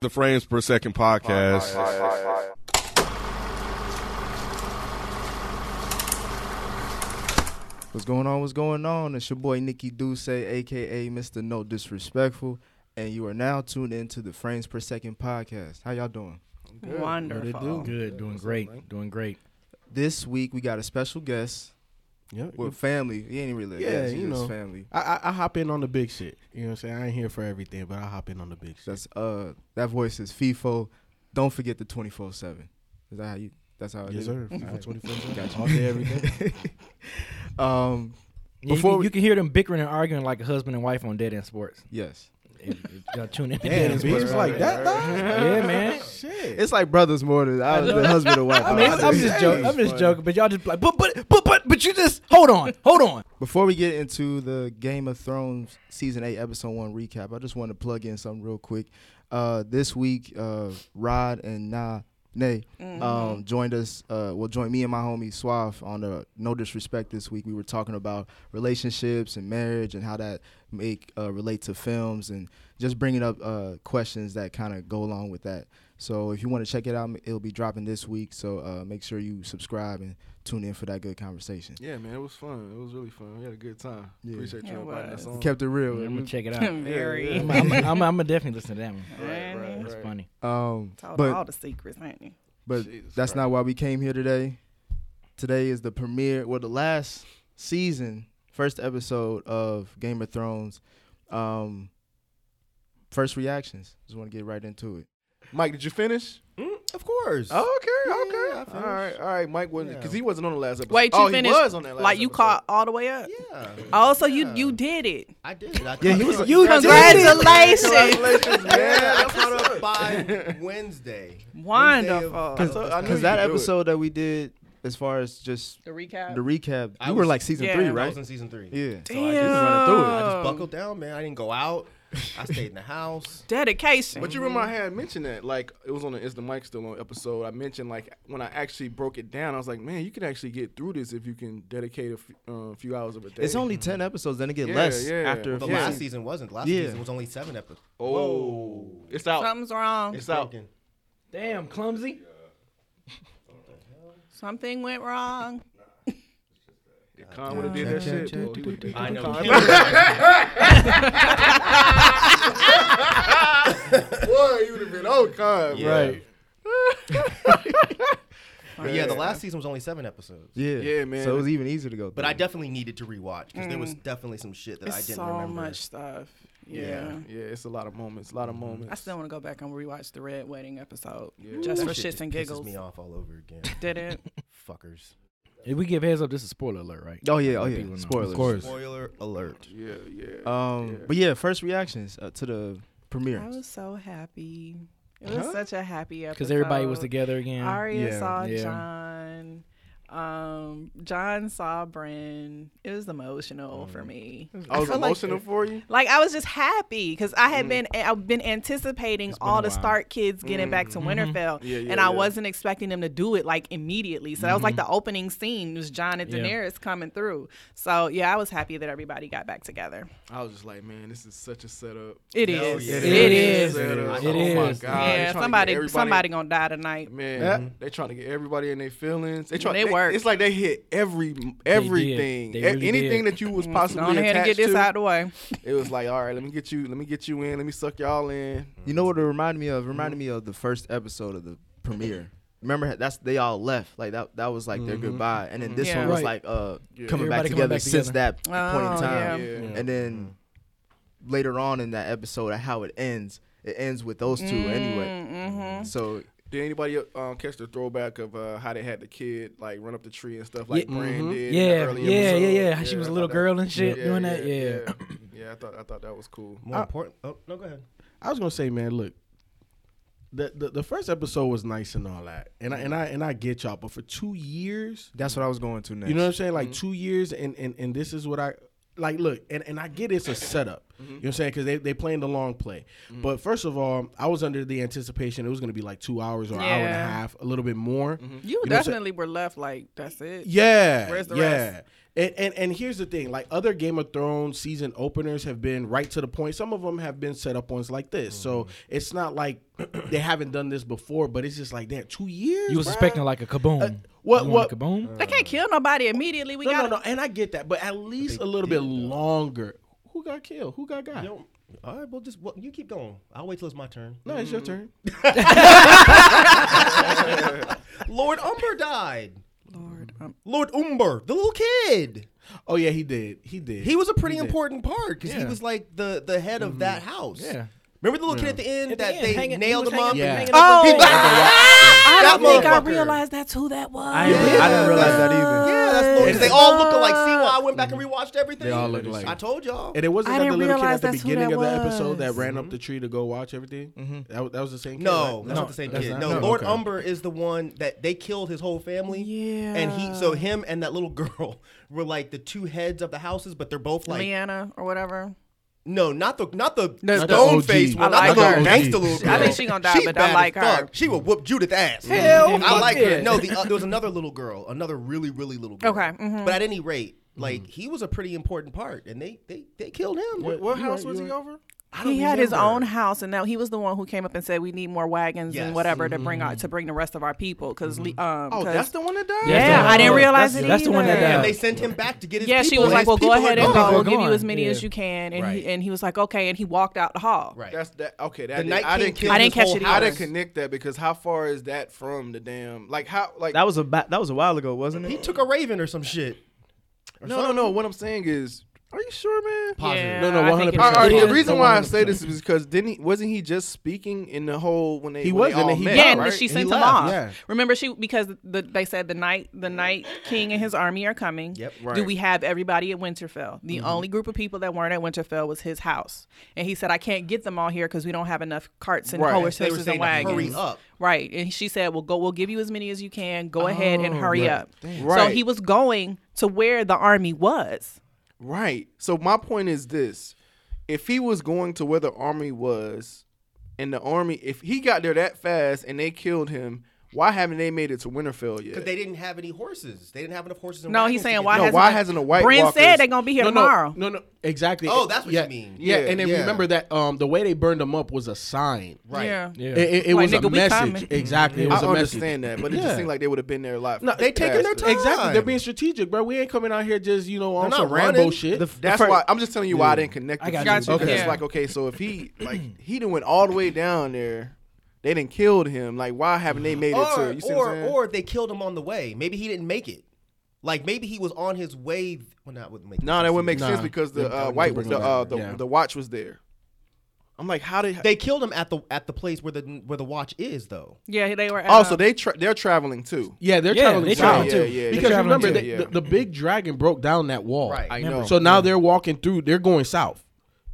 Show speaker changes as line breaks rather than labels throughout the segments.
The Frames Per Second podcast.
What's going on? What's going on? It's your boy Nikki Duce, aka Mr. No Disrespectful, and you are now tuned into the Frames Per Second podcast. How y'all doing?
Wonderful.
Good, doing great, doing great.
This week we got a special guest.
Yeah,
Well, family. He ain't really a
yeah,
guest. He
you
just
know,
family.
I, I I hop in on the big shit. You know what I'm saying? I ain't here for everything, but I hop in on the big shit.
That's uh, that voice is FIFO. Don't forget the twenty four seven. Is that how you? That's how it
yes,
is.
sir. FIFA 24
Gotcha.
all day, every day.
Um,
Yeah,
Before
you, can,
we-
you can hear them bickering and arguing like a husband and wife on Dead End Sports.
yes.
If, if y'all tune in, to
Damn,
Dead End
bitch,
Sports.
like that, though?
yeah, man.
Shit.
It's like brothers more than I was the husband and wife.
I mean, I'm just joking. I'm just joking. But y'all just like, but but but but but you just hold on, hold on.
Before we get into the Game of Thrones season eight episode one recap, I just want to plug in something real quick. Uh, this week, uh, Rod and Na Nay um, joined us. Uh, well, joined me and my homie Suave on the No Disrespect this week. We were talking about relationships and marriage and how that make uh, relate to films and just bringing up uh, questions that kind of go along with that. So if you want to check it out, it'll be dropping this week. So uh, make sure you subscribe and tune in for that good conversation.
Yeah, man, it was fun. It was really fun. We had a good time.
Yeah.
Appreciate you
It
inviting us
was.
on.
Kept it real.
I'm gonna check it out.
Very.
I'm gonna definitely listen to that one.
Man, he
That's funny.
Um,
Told
but
all the secrets, ain't he?
but
Jesus
that's not why we came here today. Today is the premiere, well, the last season, first episode of Game of Thrones. Um, first reactions. Just want to get right into it.
Mike, did you finish?
Mm.
Of course.
Oh, okay,
Yeah, I
okay.
finished.
all right, all right. Mike wasn't because he wasn't on the last episode.
Wait, you
oh,
finished?
He was on that last
like you
episode.
caught all the way up.
Yeah.
Oh, so you
Yeah.
you did it.
I did. I
Yeah, he was-
You
Congratulations.
Congratulations, man.
by Wednesday.
Wonderful.
That's what- I knew
Because
you
that
could do it.
episode that we did, as far as just
The recap.
the recap,
I
you were
was-
like season
Yeah.
three,
I
right?
was in season three.
Yeah.
So I just running through it. I
Damn.
just buckled down, man. I didn't go out. I stayed in the house.
Dedication.
But you remember I
Mm-hmm.
had mentioned that, like it was on the Is the Mic Still On episode. I mentioned like when I actually broke it down, I was like, man, you can actually get through this if you can dedicate a f- uh, few hours of a day.
It's only ten episodes. Then it get
Yeah,
less
yeah.
after a
The
few
last
seasons.
season wasn't. The last
Yeah.
season was only seven episodes.
oh, it's out.
Something's wrong.
it's out.
Broken.
Damn, clumsy.
Something went wrong.
Khan would have did that shit. boy. He would've-
I know.
Boy, you would have been oh Khan.
Yeah.
bro.
But yeah, the last season was only seven episodes.
Yeah.
Yeah, man.
So it was even easier to go.
But
through.
I definitely needed to rewatch because there was definitely some shit that I
Mm. It's
didn't
so
remember.
much stuff. Yeah.
Yeah, it's a lot of moments. A lot of
Mm-hmm.
moments.
I still want to go back and rewatch the Red Wedding episode just
That
for
shit
shits
just
and
pisses
giggles.
me off all over again.
Did it?
Fuckers.
If we give heads up, this is spoiler alert, right?
Oh yeah. Oh
People
yeah.
know.
Spoilers.
Of course.
Spoiler alert.
Yeah, yeah.
Um, but yeah, first reactions uh, to the premiere.
I was so happy. It was such a happy episode.
Because everybody was together again.
Aria
Yeah.
saw
Yeah.
John. Um, John saw Bryn. It was emotional
Mm.
for me.
I was
feel like-
emotional for you.
Like I was just happy because I had been eh, I've been anticipating
Mm. been
all
a
the
while. Mm-hmm.
Stark kids getting back to Winterfell,
Yeah, yeah,
and I
yeah.
wasn't expecting them to do it like immediately. So that was like the opening scene was John and
Mm-hmm. Yeah.
Daenerys coming through. So yeah, I was happy that everybody got back together.
I was just like, man, this is such a setup.
It
Hell
is.
yeah.
It
Oh, It
is.
is. It
Setup.
is.
Oh
It
my
is.
God. They trying
Yeah,
to get
somebody
everybody-
somebody gonna die tonight.
Man, they trying to get everybody in their feelings. They try.
They work.
It's like they hit every everything,
They
E-
really
anything
did.
that you was
Mm, Go on
possibly
ahead and
attached
get this
to.
out of the way.
It was like, all right, let me get you, let me get you in, let me suck y'all in.
Mm-hmm.
You know what it reminded me of? It reminded me of the first episode of the premiere. Remember how- that's they all left like that. That was like their goodbye, and then this
Yeah.
one was like
Right.
uh coming back
Everybody coming
together
back
since
together.
that point in
Oh,
time,
yeah.
Yeah.
and then later on in that episode, how it ends. It ends with those 2 anyway. So
Did anybody um, catch the throwback of uh, how they had the kid like run up the tree and stuff like
Yeah. mm-hmm.
Brand did? in the
Yeah, yeah,
early
yeah,
episode?
yeah, She
Yeah,
was a
I
little
thought that-
girl and shit
yeah,
doing that. Yeah.
yeah. Yeah, I thought I thought that was cool.
More important. Oh no, go ahead.
I was gonna say, man, look, the the, the first episode was nice and all that, and I and I and I get y'all, but for two years,
That's what I was going to next.
you know what I'm saying? Like two years, and and and this is what I like. Look, and and I get it's a setup. You know what I'm saying? Because they they playing the long play. But first of all, I was under the anticipation it was gonna be like two hours or an hour and a
Yeah.
half, a little bit more.
You,
You know what I'm saying?
definitely were left like that's it.
Yeah.
Where's the
yeah.
rest?
And, and and here's the thing, like other Game of Thrones season openers have been right to the point. Some of them have been set up ones like this, so it's not like they haven't done this before. But it's just like damn, two years.
You was
bruh?
expecting like a kaboom.
Uh,
what-
You want a
what-
kaboom?
They can't kill nobody immediately. We
no,
got
no, no. And I get that, but at least a little bit longer. Who got killed? Who got got?
Don't- all right, well, just well, you keep going. I'll wait till it's my turn.
No, it's your turn.
Lord Umber died.
Lord, um,
Lord Umber, the little kid.
Oh yeah, he did. He did.
He Mm-hmm. was a pretty
did.
important part because he was like the the head of that house.
Yeah.
Remember the little kid at the end
At the
that
end,
they
hanging- he
nailed
was
him up?
hanging-
Yeah.
hanging
Oh,
up with-
that motherfucker.
that's who that was.
I didn't- I didn't realize that either.
Yeah, that's Lord. Because they all look alike. See why I went back and rewatched everything?
They all look alike.
I told y'all.
And it wasn't
I
that the
didn't
little kid
realize
at the
that's who
beginning
that
of the episode that
was.
ran up the tree to go watch everything. That, wa- that was the same. Kid,
No,
right?
that's not the same
that's
kid.
not-
no,
no,
Lord
okay.
Umber is the one that they killed his whole family.
Yeah.
And he, so him and that little girl were like the two heads of the houses, but they're both like,
Leanna or whatever.
no, not the not the
No,
stone
the
OG.
face one,
I like
not the
her.
little gangster little
I
girl.
think she gonna die,
She's
but I
bad
like
as fuck.
her. Mm-hmm.
She would whoop Judith ass.
Hell,
I
fuck
like
yeah.
her. No, the, uh, there was another little girl, another really really little girl.
Okay, Mm. mhm.
but at any rate, like he was a pretty important part, and they they they killed him.
What, what house was he over?
I don't
He had his
remember.
own house, and now he was the one who came up and said, "We need more wagons
Yes.
and whatever to bring out to bring the rest of our people." Because um,
Oh,
'cause-
that's the one that died.
That's
yeah,
the
I
one-
didn't
that's-
realize it
that's the one that
either.
died.
And they sent him back to get his.
yeah, she
people,
was
and
like,
his
"Well, go
people are
ahead and
gone."
go.
People
We'll
are
give you
gone.
as many as
Yeah.
you can." And
Right.
he and he was like, "Okay," and he walked out the hall.
Right.
That's that. Okay, that
The
did-
Night
I
King
didn't
killed
catch-
I didn't
his
catch
whole
it
house.
I
either.
didn't connect that because how far is that from the damn? Like how? Like
That was a ba- that was a while ago, wasn't it?
He took a raven or some shit.
no, no, no. What I'm saying is, are you sure, man?
Yeah,
No, no,
I think
100%.
it
All right,
was.
It
the
is
reason
the
why I
100%.
say this is because didn't he, wasn't he just speaking in the whole when they
He
when they
wasn't,
all
and he
met,
Yeah, and
right?
she
He
sent him
left,
off.
yeah.
Remember, she because the, they said the night the night king and his army are coming.
Yep.
Do
Right.
we have everybody at Winterfell? The only group of people that weren't at Winterfell was his house, and he said, "I can't get them all here because we don't have enough carts and
Right.
horses
They were
and
saying to
wagons."
hurry up.
Right, and she said, "Well, go. We'll give you as many as you can. Go ahead and hurry up." So
Right.
he was going to where the army was.
Right. So my point is this: if he was going to where the army was, and the army, if he got there that fast and they killed him, why haven't they made it to Winterfell yet?
Because they didn't have any horses. They didn't have enough horses. And
No,
wagons
he's
to
saying
get
why,
No,
hasn't,
why hasn't the White
Bryn
Walkers-
said they're gonna be here
no,
tomorrow.
No, no, no, exactly.
Oh, that's what you
yeah,
mean.
Yeah,
Yeah,
and then
yeah.
remember that um, the way they burned him up was a sign.
Right.
Yeah.
Yeah.
It, it, it
Like,
was a
nigga, we
message.
coming.
Exactly. It was
Mm-hmm. I
a
understand
message.
that, but it
Yeah.
just seemed like they would have been there a lot.
they taking their
faster.
time.
Exactly. They're being strategic, bro. We ain't coming out here just, you know, on
They're not
some Rambo
running.
shit.
The f-
That's
fir-
why I'm just telling you why I didn't connect.
I got
the two,
you.
because
Okay.
It's like okay, so if he like he done went all the way down there, they didn't killed him. Like why haven't they made it
Or
to? You see what
or
I'm saying?
or they killed him on the way. Maybe he didn't make it. Like maybe he was on his way. Well, not wouldn't make.
no, that wouldn't make
Nah.
sense because
They-
the
they
uh,
wouldn't
white
bring
the
him
uh,
back.
the,
Yeah.
the watch was there. I'm like, how did
They killed him at the at the place where the where the watch is though.
Yeah, they were. At,
Also,
um,
Oh, they tra- they're traveling too.
yeah, they're
Yeah,
traveling
they
too.
traveling
Yeah,
too.
yeah, yeah.
They're
Because
traveling
remember,
too.
they-
yeah.
The, the big dragon broke down that wall.
Right. I
know.
So now they're walking through. They're going south.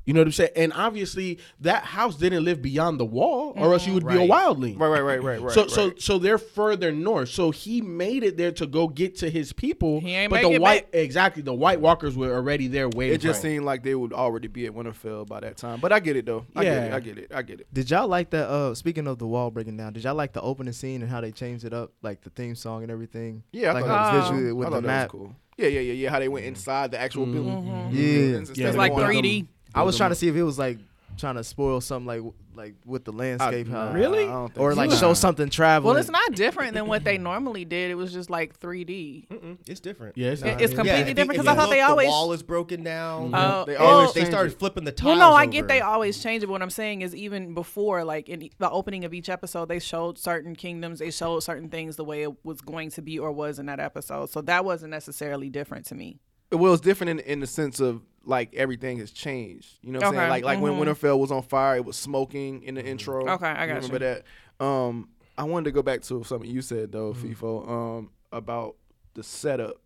You know what I'm saying? And obviously, that house didn't live beyond the wall, or else you would be a
Right.
wildling.
Right, right, right, right, right.
so,
right.
so, so they're further north. So he made it there to go get to his people.
He ain't
but
make
the
it
white, exactly, the White Walkers were already there waiting.
it just
for him.
seemed like they would already be at Winterfell by that time. But I get it though. I
Yeah.
get it. I get it. I get it.
Did y'all like that? Uh, speaking of the wall breaking down, did y'all like the opening scene and how they changed it up, like the theme song and everything?
Yeah, I
like how
thought
it
it
was-
was visually
I
with
thought
the
that was
map.
cool. Yeah, yeah, yeah, yeah. How they
Mm-hmm.
went inside the actual building.
Yeah,
Buildings
yeah.
instead of
like
going out
3D.
the-
I was trying to see if it was like trying to spoil something like w- like with the landscape, how,
Really?
I don't think
or
so.
like show something traveling.
Well, it's not different than what they normally did. It was just like 3D.
It's different.
Yeah, it's
Nah.
not-
It's
Yeah,
completely
if you-
different
if
because
you
I thought
look,
they always.
the wall is broken down.
Oh,
They
they
always
oh,
they
change
started
it.
flipping the tiles.
well, no, I
over.
get they always change it. But what I'm saying is, even before, like in e, the opening of each episode, they showed certain kingdoms, they showed certain things the way it was going to be or was in that episode. So that wasn't necessarily different to me.
Well, it's different in, in the sense of like everything has changed. You know what I'm saying?
Okay, Mm-hmm.
Like like when Winterfell was on fire, it was smoking in the intro.
Okay, I got
remember that. Um, I wanted to go back to something you said though,
Mm-hmm.
FIFO, um, about the setup.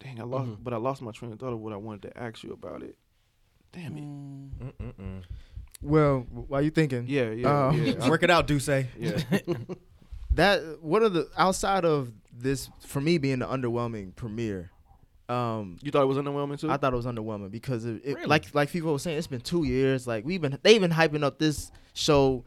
Dang, I
Mm-hmm.
lost,
Mm.
Mm.
Mm,
but I lost my train of thought of what I wanted to ask you about it. Damn it!
Well, why you thinking?
Yeah, yeah,
Um,
yeah.
Work it out, Duce.
yeah.
that one of the outside of this for me being the underwhelming premiere um
You thought it was underwhelming too?
i thought it was underwhelming because it, it like like people were saying it's been two years like we've been they've been hyping up this show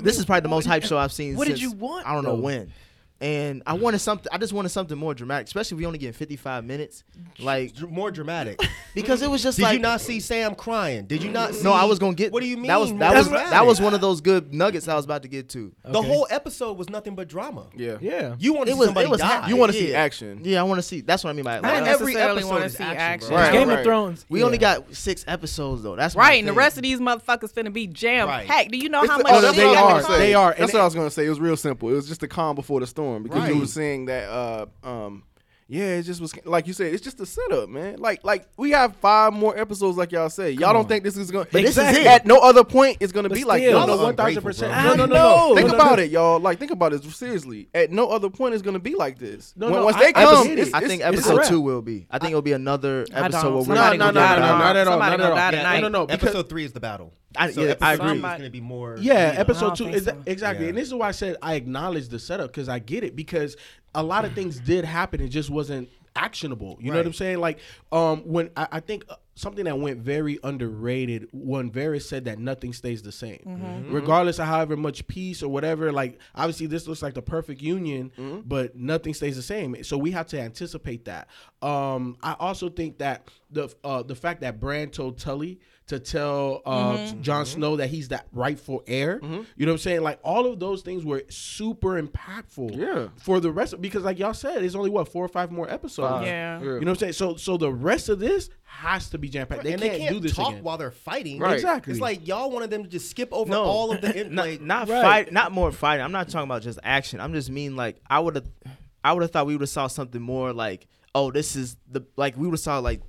this is probably the most hype show i've seen
what did
since
you want,
i don't know
though?
when and i wanted something i just wanted something more dramatic especially if we only get 55 minutes like
Dr- More dramatic.
because it was just
Did
like
you not see Sam crying? Did you not? see
no i was gonna get
What do you mean?
that was
more
that was
dramatic?
that was one of those good nuggets i was about to get to
The
Okay.
whole episode was nothing but drama.
yeah.
Yeah.
You want to
it
see
was
somebody
it was
die?
hap-
You wanna see
yeah.
action.
yeah i want to see that's what i mean by
I
like,
don't
every
necessarily
episode
want to
is
see
action,
action.
bro.
Right,
Game
right.
of Thrones.
We
yeah.
only got six episodes though. That's my
Right, and the
thing.
rest of these motherfuckers finna be jam packed. Do you know
It's
how
the-
much
oh,
shit
that's what I
they
was
are.
gonna say.
They are. And
That's
it-
what I was gonna say. It was real simple. It was just the calm before the storm because you
Right.
were saying that. Uh, um, yeah, it just was like you said. It's just a setup, man. Like, like we have five more episodes, like y'all say. Y'all don't think this is gonna.
But this is
Exactly.
it.
At no other point, it's gonna be like.
Still,
this.
no,
Y'all are
one thousand
ungrateful,
percent.
bro.
No, no, no,
I
no.
know.
Think
no, no,
about
no.
it, y'all. Like, think about it seriously. At no other point is gonna be like this.
No,
When-
no,
once
I-
they
I
come,
get it.
it's,
I
it's-
think
it's a
episode
wrap.
two will be. I think it'll be another episode
don't-
where we're
somebody
No, no,
gonna
no, no,
die
no,
tonight.
not at all.
Somebody
Not at
gonna die
all.
tonight.
Yeah,
Oh,
No, no, no. Because
episode three is the battle.
I-
so
yeah,
episode
I
three
agree.
is going to be more.
Yeah,
meaty.
I don't
episode two.
think
Is
so.
exactly,
Yeah.
and this is why I said I acknowledge the setup because I get it because a lot of things did happen. It just wasn't actionable. You know what I'm
Right.
saying? Like, um, when I, I think uh, something that went very underrated when Varys said that nothing stays the same,
Mm-hmm.
regardless of however much peace or whatever. Like, obviously, this looks like the perfect union,
Mm-hmm.
but nothing stays the same. So we have to anticipate that. Um, I also think that the uh, the fact that Bran told Tully to tell uh,
Mm-hmm.
Jon Snow that he's that rightful heir. You know what I'm saying? Like all of those things were super impactful.
Yeah.
For the rest, of, because like y'all said, it's only what four or five more episodes.
Yeah. Yeah.
You know what I'm saying? So so the rest of this has to be jam packed. They,
and
can't do this
talk
again.
while they're fighting.
Right.
Exactly.
It's like y'all wanted them to just skip over
No.
all of the in- like,
not not fight, not more fighting. I'm not talking about just action. I'm just mean like I would have, I would have thought we would have saw something more like, oh, this is the like we would have saw like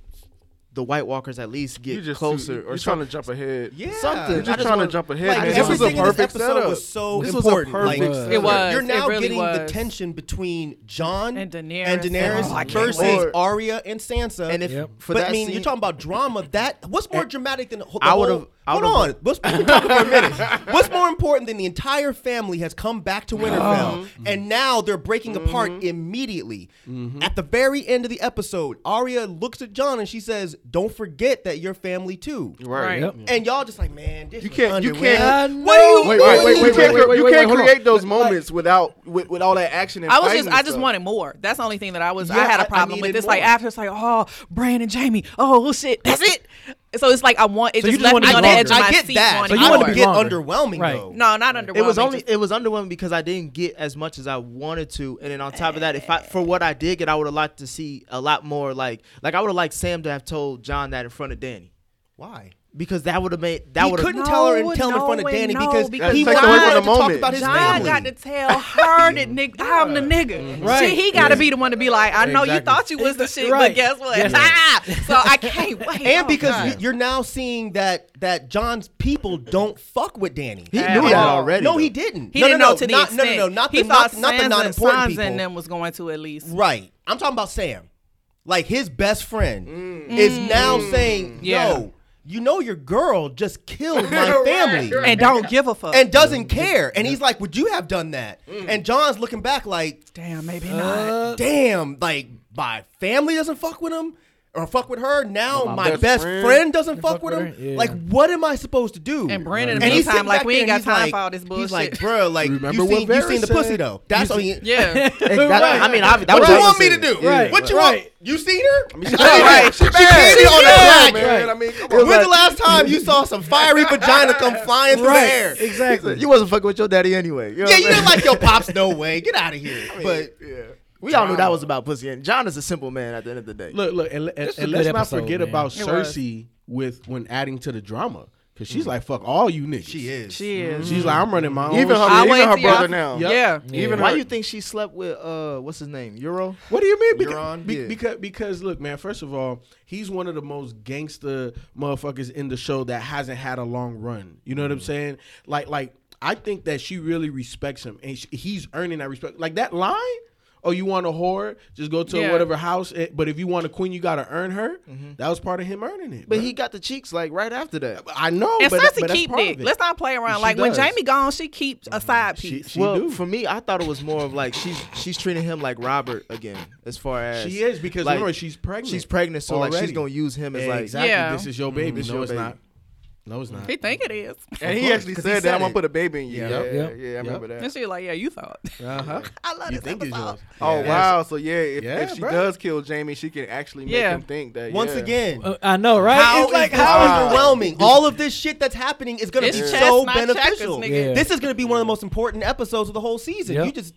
the White Walkers at least get
You just
closer
you
or
trying to
something.
jump ahead.
yeah.
something.
You're
I
just
just
trying
wanna-
to jump ahead.
Like,
man. this was a
everything in this
perfect
episode
setup.
was so
This was a
important.
perfect
like,
setup.
It was.
You're now
It really
getting the
was.
tension between John
And Daenerys.
and Daenerys
Oh, I can't
versus
wait.
Arya and Sansa.
And if
Yep.
for
but
that
I mean, you're
scene-
talking about drama. That what's more dramatic than the whole?
I would've- I
Hold
would've-
on. Let's we can talk for a minute. What's more important than the entire family has come back to
Uh-huh.
Winterfell, Mm-hmm. and now they're breaking apart
Mm-hmm.
immediately. At the very end of the episode, Arya looks at John and she says, "Don't forget that you're family too."
Right.
Yep.
And y'all just like, man, this
You
was
can't- you
underwent.
can't-
What do you?
Wait,
what
wait,
do
wait,
you
wait,
do?
wait, wait,
wait,
You
wait,
can't
hold on.
create those
Like-
moments without with, with all that action. And
I was
fighting
just,
and
I just
stuff.
wanted more. That's the only thing that I was.
Yeah,
I had
I- I
a problem with
needed
this. Like
more.
after, it's like, oh, Bran and Jamie. Oh shit, that's it. So it's like I want. It
So you
just,
just
left
wanted
me
to
on
be
the edge of
longer.
my
I get
seat.
that.
wanting
So you
I
wanted
more.
don't
to be
get
longer.
underwhelming
Right.
though.
No, not underwhelming.
It was only
just-
it was underwhelming because I didn't get as much as I wanted to, and then on top of that, if
Eh.
I for what I did get, I would have liked to see a lot more. Like like I would have liked Sam to have told John that in front of Danny
Why?
because that would have made that
he
would have.
couldn't tell her
No,
and tell him in front of
no,
Danny
no,
because,
because
he
That takes
wanted
away from
to
the
talk
moment.
about his
John
family.
got to tell her that nigga, I'm the nigga.
Right.
She, he got to be the one to be like, I know you
Exactly.
thought you was the shit,
Right.
but guess what?
Yes.
Ah, so I can't wait.
and
Oh,
because
God.
you- you're now seeing that that John's people don't fuck with Danny.
He
At knew that all.
already,
No, he
though.
didn't.
he
no,
didn't
no, no,
know to the
not,
extent.
No, no, no, not
he
the
thought
not, not the
Sansa-
non-important
Sansa
people.
and them was going to at least.
Right. I'm talking about Sam. Like his best friend is now saying,
Mm. Yeah.
"Yo, you know your girl just killed my family."
And don't give a fuck.
and doesn't care. And he's like, "Would you have done that?"
Mm.
And John's looking back like,
Damn, maybe
Uh,
not.
"Damn, like my family doesn't fuck with him." Or fuck with her now. My, best,
best
friend,
friend
doesn't fuck,
fuck
with
with
him.
her, yeah.
Like, what am I supposed to do?
And Brandon, in the
and he's
meantime,
sitting
like,
back
we ain't
there
got
and
time
he's
for all this
like-
bullshit.
He's like, bro, like
Remember
you
what
seen, you
Varys
seen the pussy
said?
though. That's all you.
Yeah.
That- I mean, I, that
What
was
you
all I
want me
said.
to do?
Right,
What you want?
right.
You seen her?
bad.
She
She
bad. She on the
Yeah,
crack.
man. I mean, come on.
When's the last time you saw some fiery vagina come flying through the air?
Exactly.
You wasn't fucking with your daddy anyway. You know
Yeah,
what
you
I'm
didn't
saying?
like your pops, no way. Get out of here. But
we all knew that was about pussy. And John is a simple man at the end of the day.
Look, look, and, and,
This is
and
a
let's
good
not
episode,
forget
man.
about
It was.
Cersei with when adding to the drama because she's like, "Fuck all you niggas."
she is.
She is.
She's like, "I'm running my own."
Even
shit."
her,
I'll wait
even her
till y'all-
brother now.
Yep.
Yeah.
Even
Why
her-
you think she slept with uh what's his name Euro?
What do you mean? Because,
Euron?
be-
Yeah.
because because look, man. First of all, he's one of the most gangster motherfuckers in the show that hasn't had a long run. You know
Mm-hmm.
what I'm saying? Like like I think that she really respects him, and sh he's earning that respect. Like that line oh, you want a whore? Just go to
Yeah.
whatever house. eh, But if you want a queen, you gotta earn her.
Mm-hmm.
That was part of him earning it.
But
bruh.
he got the cheeks like right after that.
I know.
And
but,
Sansa
but that's
keep
part
dick.
of it.
Let's not play around.
She
like when
does.
Jamie gone, she keeps a side
Mm-hmm.
She,
piece.
she
well,
do.
for me, I thought it was more of like she's she's treating him like Robert again, as far as
She is because
like,
remember she's pregnant.
she's pregnant, so like she's
already.
gonna use him as like
exactly.
Yeah.
This is your baby.
this
no,
your
it's
baby.
not. No, it's not.
he think it is.
And he
course,
actually
'cause
said,
he
that
said
I'm gonna
it.
put a baby in you.
Yep.
Yeah, yeah,
Yep.
I remember
And
that.
she like, yeah, you thought.
Uh
Uh-huh.
huh.
I love
You
this
think it's
episode.
yours?
Oh
Yeah.
wow! So yeah, if,
Yeah,
if she
bruh.
does kill Jamie, she can actually make
Yeah.
him think that.
Once
yeah.
again,
Uh, I know, right?
how
it's like
is this
how
Wow.
overwhelming? All of this shit that's happening is gonna
It's
be
chest,
so
not checkers,
beneficial.
nigga.
Yeah.
This is gonna be one of the most important episodes of the whole season.
Yep.
You just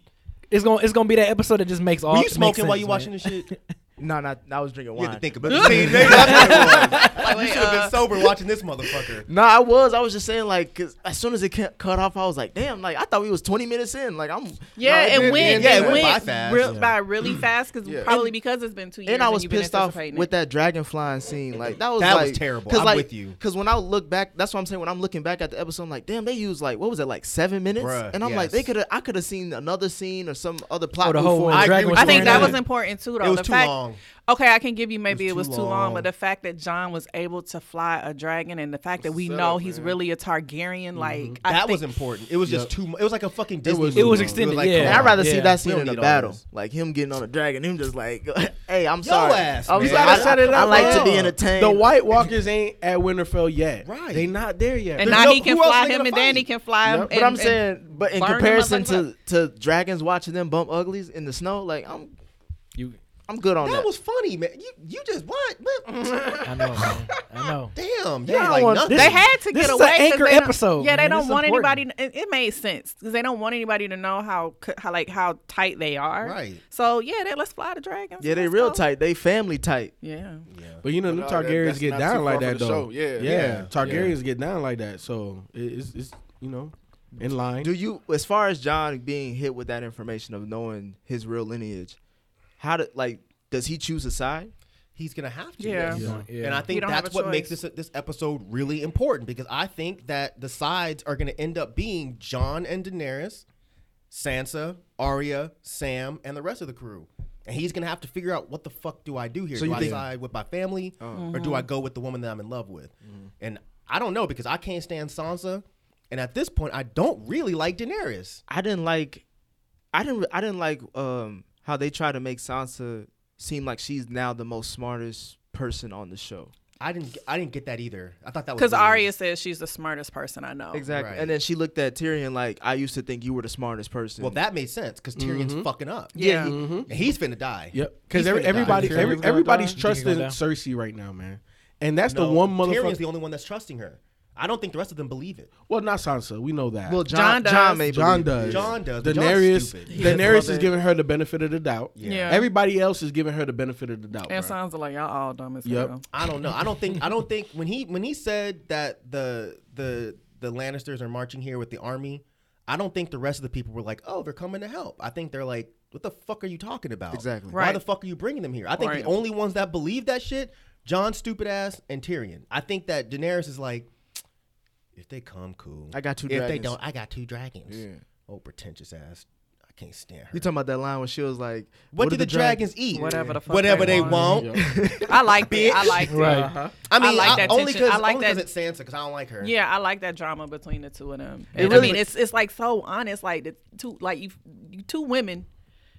it's gonna it's gonna be that episode that just makes all.
were you
makes
smoking while
sense,
you
man.
watching this shit?
no, not I was drinking
You
wine.
had to think about it. See, nigga, that's
uh,
what it was. You should have
uh,
been sober watching this motherfucker.
No, I was. I was just saying, like, 'cause as soon as it cut cut off, I was like, damn, like, I thought we was 20 minutes in. Like, I'm.
Yeah,
no,
it,
did
went.
end
yeah,
it,
that.
went
by fast.
real-
Yeah.
by really fast, cause
Yeah.
probably because it's been two years.
And I was
you've been
pissed off
anticipating
with
it.
that dragon flying scene. Like that was
That was
like-
terrible.
Cause
I'm
like,
with you.
Because when I look back, that's what I'm saying. When I'm looking back at the episode, I'm like, damn, they used like what was it, like seven minutes?
Bruh,
and I'm like,
yes.
they could have. I could have seen another scene or some other plot.
Or Oh, the
move
whole
forward.
when
I agree
Dragon
with
was
I think
Sorry,
that
no.
was important too, though.
It was
the
too
fact,
long.
Okay, I can give you maybe it
was
was,
too
too long.
long.
but the fact that John was able to fly a dragon and the fact that we
What's
know
up,
he's
man?
really a Targaryen, like I
Mm-hmm. That
think-
was important. It was just too. mu- It was like a fucking Disney.
was-
movie.
It was
extended,
like,
yeah.
come
And
on.
I'd rather
Yeah.
see that scene
don't
in a
need all
battle,
this.
like him getting on a dragon, him just like, "Hey, I'm sorry,
ass,
I was
man.
like,
You gotta
I-
set it
I
up
like to
well.
be entertained."
The White Walkers ain't at Winterfell yet.
Right.
They not there yet.
and
There's
now
no-
he can
who else
fly
they
him,
gonna
and then he
fight?
can fly him.
But
and-
I'm
and-
saying, but in
burn them up
comparison
like
to to dragons watching them bump uglies in the snow, like I'm
You,
I'm good on
That
that.
was funny, man. You you just what? What?
I know, man. I know.
Damn, you
Yeah,
ain't
I
like
want-
nothing.
this-
they had to
This
get
is
away.
an
'cause
anchor
they don't-
episode,
Yeah, they
man.
don't
It's
want
important.
anybody. It, it made sense because they don't want anybody to know how, c- how like how tight they are.
Right.
So yeah, they, let's fly the dragons.
yeah, they
Let's
real
go.
tight. They family tight.
Yeah.
But you know, them
no, Uh, that-
Targaryens
that's
get
not too
down
far
like
from
that
the
though.
show. Yeah.
yeah.
Yeah.
Targaryens get down like that. So it- it's, it's you know in line.
Do you, as far as John being hit with that information of knowing his real lineage, how did like does he choose a side?
He's gonna have to.
Yeah.
yes.
Yeah.
Yeah.
And I
You
think
don't have a
that's what makes
choice.
this this episode really important because I think that the sides are gonna end up being John and Daenerys, Sansa, Arya, Sam, and the rest of the crew. And he's gonna have to figure out what the fuck do I do here?
So
do
you
I
think- Uh-huh.
side with my family or do I go with the woman that I'm in love with?
Mm-hmm.
And I don't know because I can't stand Sansa, and at this point I don't really like Daenerys.
I didn't like, I didn't, I didn't like um how they try to make Sansa seem like she's now the most smartest person on the show.
I didn't I didn't get that either. I thought that was
Because
weird.
Arya says she's the smartest person I know.
Exactly.
Right.
And then she looked at Tyrion like, I used to think you were the smartest person.
Well, that made sense because Tyrion's fucking up.
Yeah.
And he's finna die.
Yep. Because
He's finna die.
everybody,
Tyrion
every,
gonna
everybody's
die? You think he
trusting
gonna
Cersei right now, man. And that's
No,
the one
Tyrion's
motherfucker.
the only one that's trusting her. I don't think the rest of them believe it.
well, not Sansa. We know that.
well,
John
John, John,
does.
may
John
believe it.
does.
John does, but John's
Daenerys.
stupid. He
Daenerys is giving her the benefit of the doubt.
Yeah.
Everybody else is giving her the benefit of the doubt.
And
bruh.
sounds like y'all all dumb as
Yep.
hell.
I don't know. I don't think. I don't think when he when he said that the the the Lannisters are marching here with the army, I don't think the rest of the people were like, "Oh, they're coming to help." I think they're like, "What the fuck are you talking about?
Exactly.
Why
Right.
the fuck are you bringing them here?" I think
Right.
the only ones that believe that shit, John stupid ass and Tyrion. I think that Daenerys is like, "If they come, cool.
I got two
If they
dragons."
don't, I got two dragons. Oh, pretentious ass. I can't stand her.
You talking about that line when she was like,
what, do
did
the, dragons eat?
Whatever the fuck
Whatever
they
they,
want.
want.
I like it. I like it. Uh-huh.
Right.
I mean, I
like that
only
tension. I
because
like that-
it's Sansa because I don't like her.
Yeah, I like that drama between the two of them.
It
And I
really-
mean, it's it's like so honest. Like the two, like you, you two women,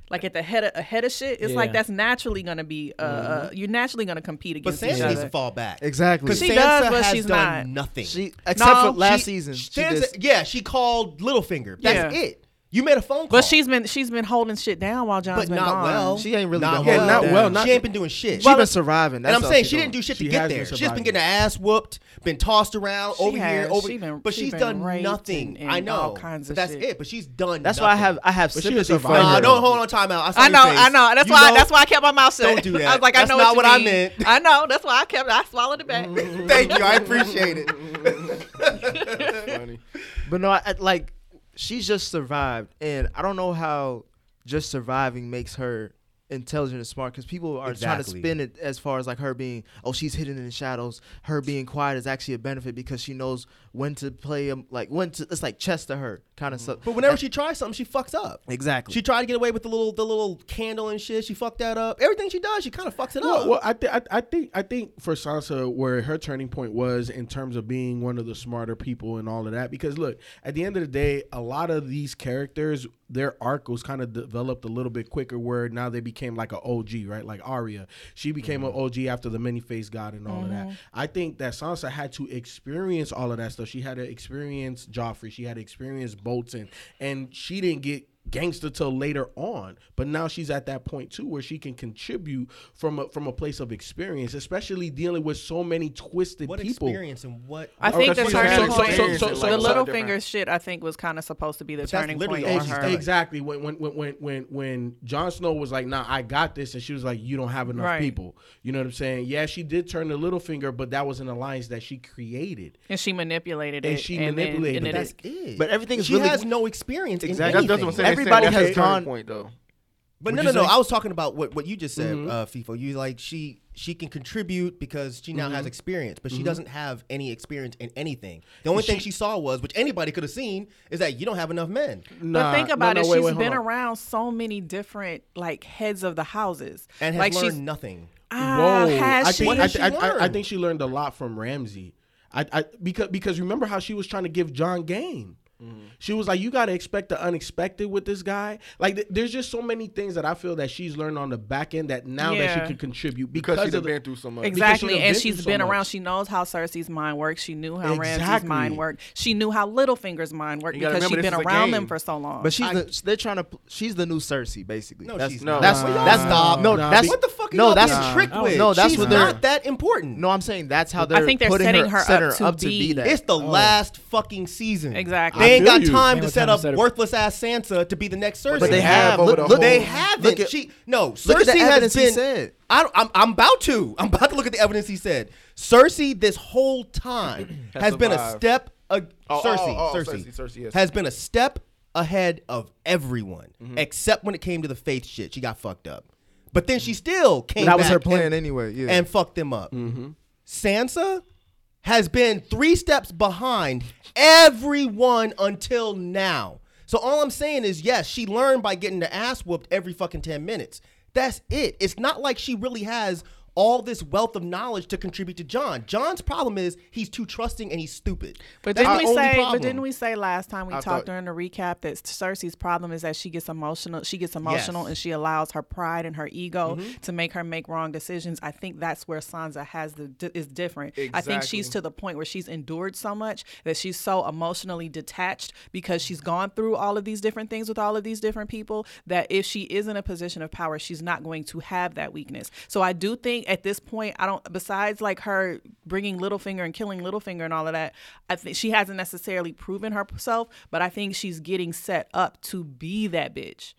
like at the head of ahead of shit. It's like
Yeah.
that's naturally gonna be. Uh, uh, you're naturally gonna compete
Mm-hmm. But
against
Sansa
each other.
needs to fall back.
Exactly.
Because
She
Sansa
does, but
has
she's
done
not.
nothing.
She except
No,
for last
She-
season. She
Sansa-
just,
yeah, she called Littlefinger. That's
Yeah.
it. You made a phone call.
But she's been she's been holding shit down while John's
but
been
not
gone.
well.
She ain't really
not
been
well.
holding it down.
she ain't been doing shit.
she been surviving. That's
and I'm
all
saying she
doing.
didn't do shit to
She
get
has
there.
been
She's just been
surviving.
getting her ass whooped, been tossed around over
has.
here, over.
She been-
but
she
she's
been
done
raped
nothing.
and-
I
and
know.
all kinds
but
of
that's
shit.
it. But she's done.
That's why I
nothing.
have I have
she was
sympathy for
surviving.
Nah,
her.
don't hold on time out. I, saw
I
your
know,
face.
I know. That's
You
why.
know-
that's why I kept my mouth shut.
Don't do that.
I was like,
That's
I know
not
what,
what I
you mean.
meant. Mm-hmm.
I know. That's why I kept. I swallowed it back.
Thank you. I appreciate it.
Funny.
But no, I, I- like she's just survived, and I don't know how just surviving makes her intelligent and smart because people are trying to
Exactly.
spin it as far as like her being oh she's hidden in the shadows her being quiet is actually a benefit because she knows when to play 'em, like when to it's like chess to her kind of stuff
Mm-hmm. But whenever she tries something, she fucks up.
exactly
She tried to get away with the little the little candle and shit. She fucked that up. Everything she does, she kind of fucks it up.
Well, well I, th- I, I think I think for Sansa, where her turning point was in terms of being one of the smarter people and all of that, because look, at the end of the day, a lot of these characters, their arc was kind of developed a little bit quicker. Where now they became like an OG, right? Like Arya, she became
Mm-hmm.
an OG after the many faced god and all of that. I think that Sansa had to experience all of that stuff. She had to experience Joffrey. She had to experience Bolton, and she didn't get gangster till later on but now she's at that point too where she can contribute from a from a place of experience especially dealing with so many twisted
what
people
experience and what?
I
Okay,
think
so
the
she's
turning
actually
point,
experienced it, like,
the
a lot
little
different.
finger shit, I think was kind of supposed to be the
that's
turning
literally
point
all
on
she's
her.
done.
exactly when when when when when when Jon Snow was like nah I got this and she was like you don't have enough
Right.
people you know what I'm saying yeah she did turn the little finger but that was an alliance that she created
And she manipulated it.
And she
then-
manipulated
and
it.
it
That's
is-
it.
But everything is
she
really-
has no experience.
Exactly.
That's,
In anything.
that's what I'm saying. They said
Everybody
that's
has
the turning
gone-
point though.
But no, no, no. I was talking about what, what you just said, uh, FIFO. You like she she can contribute because she now has experience, but she doesn't have any experience in anything. The only thing she saw was, which anybody could have seen, is that you don't have enough men.
Nah,
but think
no,
about
no,
it.
wait,
She's
wait, hold
been
on.
around so many different like heads of the houses,
And has
like
learned
she's
nothing.
ah, has
I
she?
think,
What
I,
has she
th- I, I, I
learned?
think she learned a lot from Ramsey. I, I because because remember how she was trying to give John game. She was like, "You got to expect the unexpected with this guy." Like, th- there's just so many things that I feel that she's learned on the back end that now that
Yeah.
she could contribute
Because,
because
she's
of the,
been through so much.
Exactly,
done
and
been
she's
through so
been around.
much.
She knows how Cersei's mind works. She knew how Ramsay's
Exactly.
mind worked. She knew how Littlefinger's mind worked
You gotta
because she's
remember
been
this is a
around them
game.
for so long.
but she's the, they're trying to she's the new Cersei basically
No,
that's,
she's
not.
that's
Nah.
that's
Nah,
no
nah,
that's
be- What
the fuck are
no
y'all
that's
being tricked with?
no that's
She's
what they're
not that important.
no I'm saying that's how they're
I think they're
putting
setting her
set
up to
up to
be-
be that
It's the last fucking season.
Exactly.
They
I
ain't
feel
got
you.
Ain't
time to
got
set
time to
up
set up-
worthless ass Sansa to be the next Cersei.
but they
have
have
over
look,
the
look-
They
whole-
haven't.
look at-
she no. Cersei
look at the
has
evidence he
been.
said.
I don't, I'm, I'm about to. I'm about to look at the evidence he said. Cersei this whole time has, been a
survived.
step. Ag-
Oh,
Cersei,
oh, oh,
Cersei,
Cersei, Cersei, yes.
has been a step ahead of everyone, except when it came to the faith shit. She got fucked up, but then she still came.
that was her
back
plan
and-
anyway yeah Mm-hmm.
and fucked them up. Sansa has been three steps behind everyone until now. So all I'm saying is, yes, she learned by getting the ass whooped every fucking ten minutes. That's it. It's not like she really has all this wealth of knowledge to contribute to John. John's problem is he's too trusting and he's stupid.
But
That's
didn't
our
we
only
say?
problem.
But didn't we say last time we
I
talked
thought-
during the recap that Cersei's problem is that she gets emotional. She gets emotional
Yes.
and she allows her pride and her ego to make her make wrong decisions. I think that's where Sansa has the di- is different. I think she's to the point where she's endured so much that she's so emotionally detached because she's gone through all of these different things with all of these different people that if she is in a position of power, she's not going to have that weakness. So I do think at this point, I don't. Besides like her bringing Littlefinger and killing Littlefinger and all of that, I think she hasn't necessarily proven herself, but I think she's getting set up to be that bitch.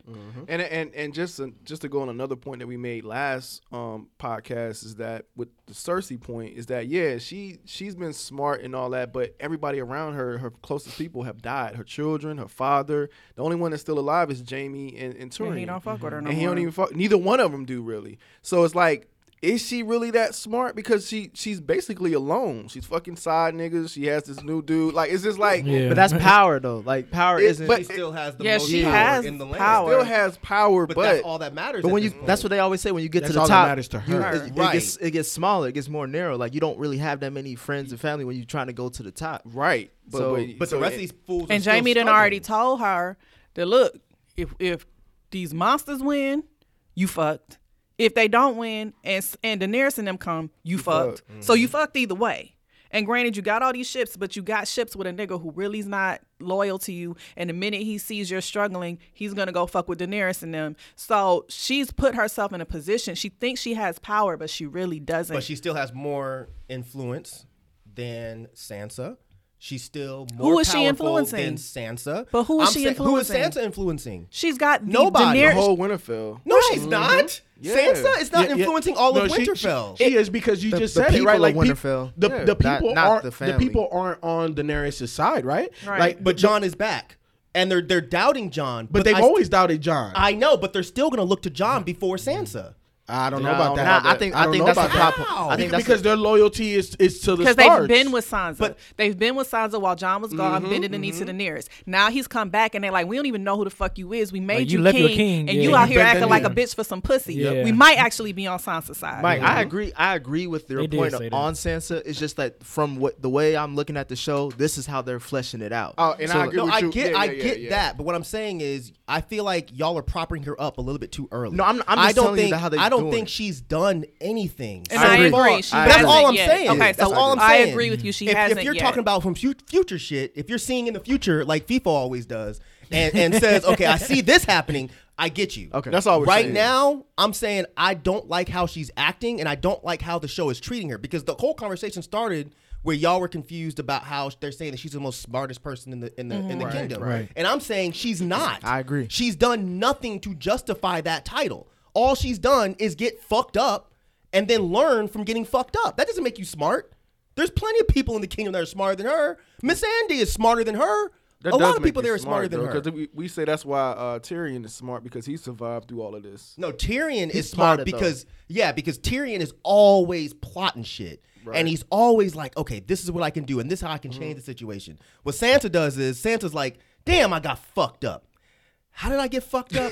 And and and just to, just to go on another point that we made last um, podcast is that with the Cersei point is that yeah she she's been smart and all that, but everybody around her, her closest people have died. Her children, her father. The only one that's still alive is Jamie and, and Tyrion.
And he don't fuck with her no
and he
more.
don't even fuck. Neither one of them do really. So it's like. Is she really that smart? Because she she's basically alone. She's fucking side niggas. She has this new dude. Like it's just like
Yeah.
but that's power though like power
It-
is isn't
but-
She still has the
Yeah,
most
she
power
has
in the land.
power.
still has power,
but,
but,
that's all that matters.
But
at
when you,
this point.
that's what they always say. When you get
That's
to the
all that
top,
matters to
you- it-
her.
it,
Right.
gets, it gets smaller. It gets more narrow. Like you don't really have that many friends and family when you're trying to go to the top.
right. But
So-
but the
so
rest
it-
of these fools. are
and
still
Jamie done
stubborn.
already told her that look, if if these monsters win, you fucked. If they don't win, and s- and Daenerys and them come, you, fucked. So you
Mm-hmm.
fucked either way. And granted, you got all these ships, but you got ships with a nigga who really's not loyal to you. And the minute he sees you're struggling, he's gonna go fuck with Daenerys and them. So she's put herself in a position. She thinks she has power, but she really doesn't.
But she still has more influence than Sansa. She's still more
Who is she
powerful
influencing?
than Sansa.
But who is she
Who is
influencing?
Sansa influencing?
She's got the
Nobody.
the
Daenerys-
whole Winterfell.
No, she's not.
Yeah.
Sansa is not
Mm-hmm. Yeah, yeah.
influencing all of
No, she-
Winterfell.
She, she is because you
The-
just
the
said it
people
right.
of
Like peop-
Winterfell.
the,
Yeah.
the
Not-
people
not
aren't
the
the,
family.
people aren't on Daenerys' side, right?
Right.
Like,
but John is back. and they're they're doubting John.
But, they've
I st-
always doubted John. I,
I know, but they're still gonna look to John before Sansa.
don't
Nah, I
know about that.
don't know
I
that.
don't
think-
know about that.
I
Be- because their loyalty is is to the
Because they've
stars.
been with Sansa. they've been with Sansa while John was gone, bending the knee to the nearest. Now he's come back and they're like, we don't even know who the fuck you is. We made
Like,
you,
you left
king,
you a king,
and
yeah.
you out here
Bent the
acting like a
knee.
bitch for some pussy.
Yeah.
We might actually be on Sansa's side.
Mike, I agree. I agree with your
They did
point
say that.
on Sansa. It's just that from what the way I'm looking at the show, this is how they're fleshing it out.
Oh, and I agree
No,
with
I
you.
get,
Yeah,
I
yeah, yeah,
get
yeah.
that, but what I'm saying is, I feel like y'all are propping her up a little bit too early.
No, I'm- I'm
I
just
don't
telling you
think,
how they
I don't
doing
think
it.
she's done anything.
And
so
I
far.
agree. She
But that's
hasn't
all I'm
yet.
saying.
Okay,
that's
so
all I'm
I
saying.
agree with you. She
if,
hasn't
If you're
yet.
talking about from fu- future shit, if you're seeing in the future like FIFA always does, and, and says, okay, I see this happening. I get you.
Okay.
That's all we're
right
saying.
now, I'm saying I don't like how she's acting, and I don't like how the show is treating her because the whole conversation started where y'all were confused about how they're saying that she's the most smartest person in the in the
Mm-hmm.
in the kingdom,
right.
and I'm saying she's not.
I agree.
She's done nothing to justify that title. All she's done is get fucked up and then learn from getting fucked up. That doesn't make you smart. There's plenty of people in the kingdom that are smarter than her. Miss Andy is smarter than her.
That
a
does
lot of
make
people
you
there are smarter
smart,
than
though, 'cause
her.
We, we say that's why uh, Tyrion is smart because he survived through all of this.
No, Tyrion is
He's
smart
smarter, though.
because yeah, because Tyrion is always plotting shit, and he's always like, okay, this is what I can do, and this is how I can
Mm-hmm.
change the situation. What Santa does is Santa's like, damn, I got fucked up. How did I get fucked up?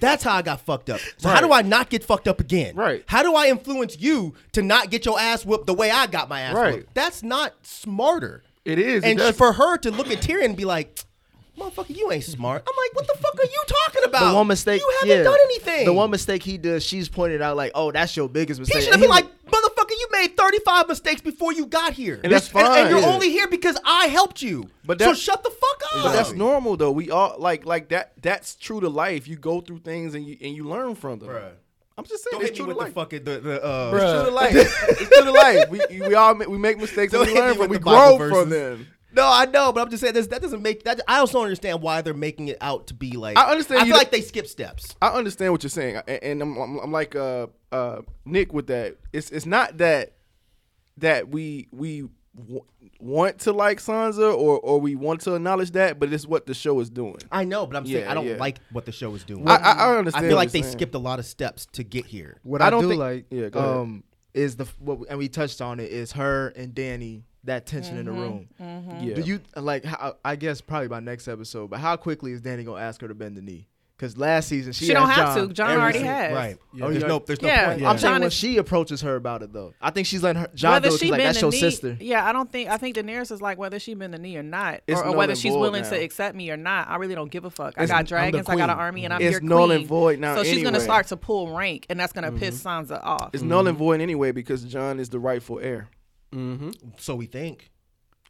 That's how I got fucked up. So how do I not get fucked up again?
Right.
How do I influence you to not get your ass whooped the way I got my ass
Right.
whooped? That's not smarter.
It is. It
And
does.
for her to look at Tyrion and be like, motherfucker, you ain't smart. I'm like, what the fuck are you talking about?
The one mistake.
You haven't
yeah.
done anything.
The one mistake he does, she's pointed out like, "Oh, that's your biggest
He
mistake."
should have
And
been
he-
like, motherfucker, you made 35 mistakes before you got here.
And that's
And,
fine.
you're
Yeah.
only here because I helped you.
But
so
that-
shut the fuck up.
But that's normal though. We all like like that. That's true to life. You go through things and you and you learn from them.
Bruh.
I'm just saying.
Don't
it's
hit me
true
with
to
the
life.
fucking the, the uh,
It's true to life. it's true to life. We you- we all ma- we make mistakes
Don't
and we
hit me
learn
with
from. We
the Bible
grow from
verses.
them.
No, I know, but I'm just saying this. That doesn't make that. I also don't understand why they're making it out to be like.
I understand
I
you
feel like
don't-
they skip steps.
I understand what you're saying, and, and I'm, I'm, I'm like uh, uh, Nick with that. It's it's not that that we we w- want to like Sansa or or we want to acknowledge that, but it's what the show is doing.
I know, but I'm saying
Yeah,
I don't
yeah.
like what the show is doing.
I- I- I understand
I feel
what
like they
you're saying.
skipped a lot of steps to get here.
What
I
I,
don't
do
think-
like
Yeah, go ahead.
um, is the what we- and we touched on it is her and Danny that tension
Mm-hmm,
in the room.
Yeah.
Do you like? How, I guess probably by next episode. But how quickly is Danny gonna ask her to bend the knee? Because last season she,
She don't
asked
have
John
to. John
every
already
single-
has.
Right.
Oh,
there's
yeah.
no, there's no
Yeah.
point.
I'm
Yeah.
saying
John
when
is-
she approaches her about it though, I think she's letting her John
whether
go
she
like
bend
that's
the
your
knee,
sister.
yeah, I don't think I think Daenerys is like whether she been the knee or not,
It's
or, or
null
whether
and
she's
void
willing
now.
to accept me or not. I really don't give a fuck. I
It's- I'm
got
the
dragons, I got an
queen.
army, and I'm
It's
your
null and
queen.
void now
So she's gonna
anyway.
start to pull rank, and that's gonna piss Sansa off.
It's null and void anyway because John is the rightful heir.
So we think.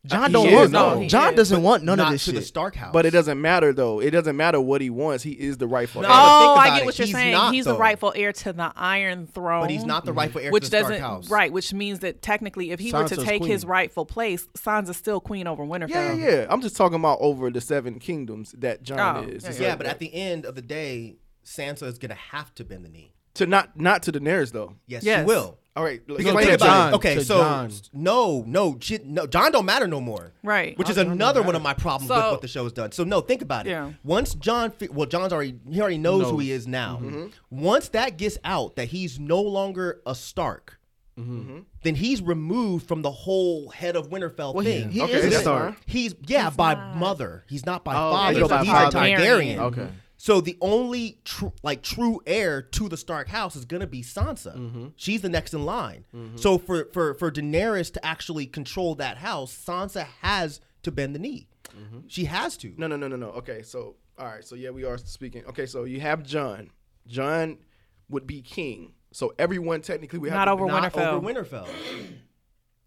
John don't
is,
want
no, he
no. John
is.
doesn't want none
not
of this
to
shit.
the Stark house.
But it doesn't matter though. It doesn't matter what he wants. He is the rightful
No.
heir.
but think
Oh, I
about
get
it.
what you're
He's
saying.
not,
he's
though.
the rightful heir to the Iron Throne.
But he's not the rightful heir
which
to the Stark
doesn't
house.
right, which means that technically, if he were
Sansa's
to take his
queen.
rightful place, Sansa's still queen over Winterfell.
Yeah, yeah, yeah. I'm just talking about over the seven kingdoms that John
Oh,
is.
yeah,
It's
Yeah,
like
but at the end of the day, Sansa is gonna have to bend the knee.
to not not to Daenerys though.
Yes, she
Yes.
will.
All right, let's
Because
explain
think
that,
about
John.
it. Okay,
To
so
John.
no, no, shit, no, John don't matter no more.
Right.
Which is another one of my problems with
So-
what the show's done. So no, think about it.
Yeah.
Once John, fi- well, John's already he already knows, who he is now.
Mm-hmm.
Once that gets out that he's no longer a Stark,
Mm-hmm.
then he's removed from the whole head of Winterfell
Well, he,
thing.
he
Okay,
is a
that's
star.
He's yeah, by mother. He's not by father.
they go by
he's
father.
a Targaryen.
Targaryen.
Okay.
So the only tru- like true heir to the Stark house is gonna be Sansa.
Mm-hmm.
She's the next in line. So for for for Daenerys to actually control that house, Sansa has to bend the knee.
Mm-hmm.
She has to.
No, no, no, no, no. Okay, so all right, so yeah, we are speaking. Okay, so you have John. John would be king. So everyone technically would have
Not
to,
over
Not
Winterfell.
over Winterfell.